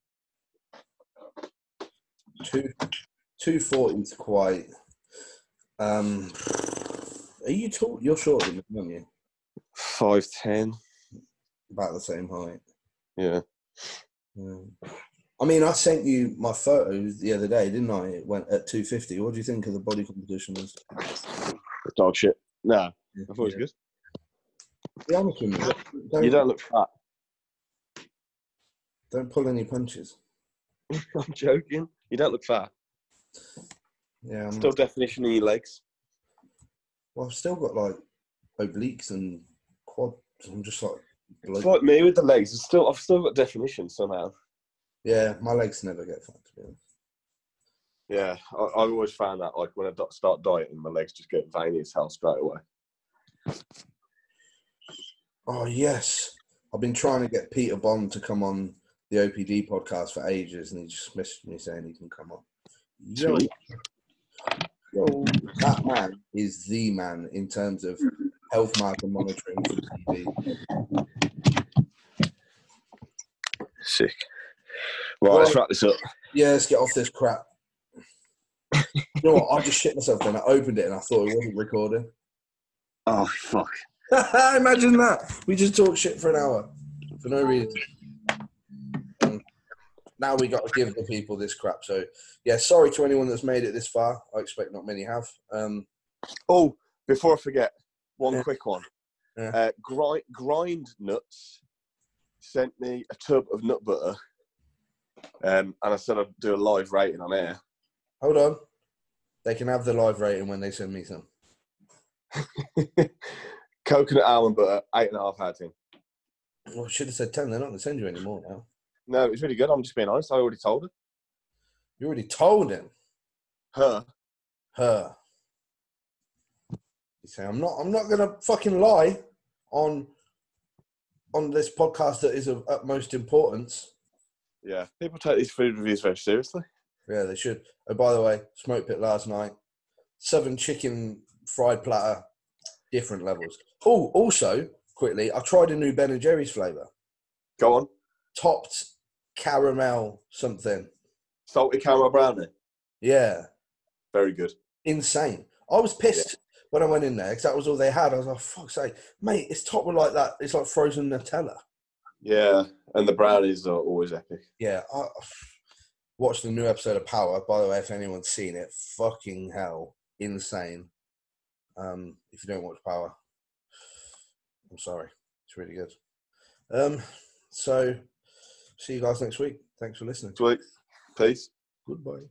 Speaker 1: Two, 240 is quite. Um, are you tall? You're shorter than me, aren't you?
Speaker 2: Five ten.
Speaker 1: About the same height.
Speaker 2: Yeah.
Speaker 1: Mm. I mean, I sent you my photos the other day, didn't I? It went at 250. What do you think of the body composition? Was?
Speaker 2: Dog shit. No, I thought it was good.
Speaker 1: Be honest with me. Don't,
Speaker 2: You
Speaker 1: don't...
Speaker 2: don't look fat.
Speaker 1: pull any punches.
Speaker 2: I'm joking. You don't look fat.
Speaker 1: Yeah, I'm,
Speaker 2: Still definition in your legs.
Speaker 1: well, I've still got like obliques and quads. I'm just like,
Speaker 2: It's
Speaker 1: blood.
Speaker 2: like me with the legs. It's still, I've still got definition somehow.
Speaker 1: yeah, my legs never get fat. To be honest.
Speaker 2: Yeah, I, I've always found that like when I do- start dieting, my legs just get veiny as hell straight away.
Speaker 1: Oh yes, I've been trying to get Peter Bond to come on the OPD podcast for ages, and he just messaged me saying he can come on. Yo,
Speaker 2: Sweet.
Speaker 1: yo, that man is the man in terms of health market monitoring for TV.
Speaker 2: Sick. Right, let's wrap this up.
Speaker 1: Yeah, let's get off this crap. You know what? I just shit myself then. I opened it and I thought it wasn't recording.
Speaker 2: Oh fuck.
Speaker 1: Imagine that. We just talked shit for an hour for no reason. Um, now we got to give the people this crap. So, yeah, sorry to anyone that's made it this far. I expect not many have. Um,
Speaker 2: Oh, before I forget, one
Speaker 1: Yeah.
Speaker 2: quick one.
Speaker 1: Yeah.
Speaker 2: Uh, grind, grind nuts sent me a tub of nut butter, um, and I said I'd do a live rating on air.
Speaker 1: hold on. They can have the live rating when they send me some.
Speaker 2: Coconut almond butter, eight and a half out of ten.
Speaker 1: Well, I should have said 10. They're not going to send you any more now.
Speaker 2: No, it was really good. I'm just being honest. I already told her.
Speaker 1: You already told him.
Speaker 2: Her.
Speaker 1: her. You say I'm not. I'm not going to fucking lie on on this podcast that is of utmost importance.
Speaker 2: Yeah, people take these food reviews very seriously.
Speaker 1: Yeah, they should. Oh, by the way, smoke pit last night. Southern chicken fried platter, different levels. Oh, also quickly, I tried a new Ben and Jerry's flavour.
Speaker 2: Go on,
Speaker 1: Topped caramel something.
Speaker 2: salted caramel brownie,
Speaker 1: Yeah,
Speaker 2: very good.
Speaker 1: insane. I was pissed when I went in there because that was all they had. I was like, "Fuck's sake, mate! It's topped with like that. It's like frozen Nutella."
Speaker 2: Yeah, and the brownies are always epic.
Speaker 1: Yeah, I I watched the new episode of Power. By the way, if anyone's seen it, fucking hell, insane. Um, if you don't watch Power, I'm sorry, it's really good. Um, so see you guys next week. Thanks for listening.
Speaker 2: Sweet, peace.
Speaker 1: Goodbye.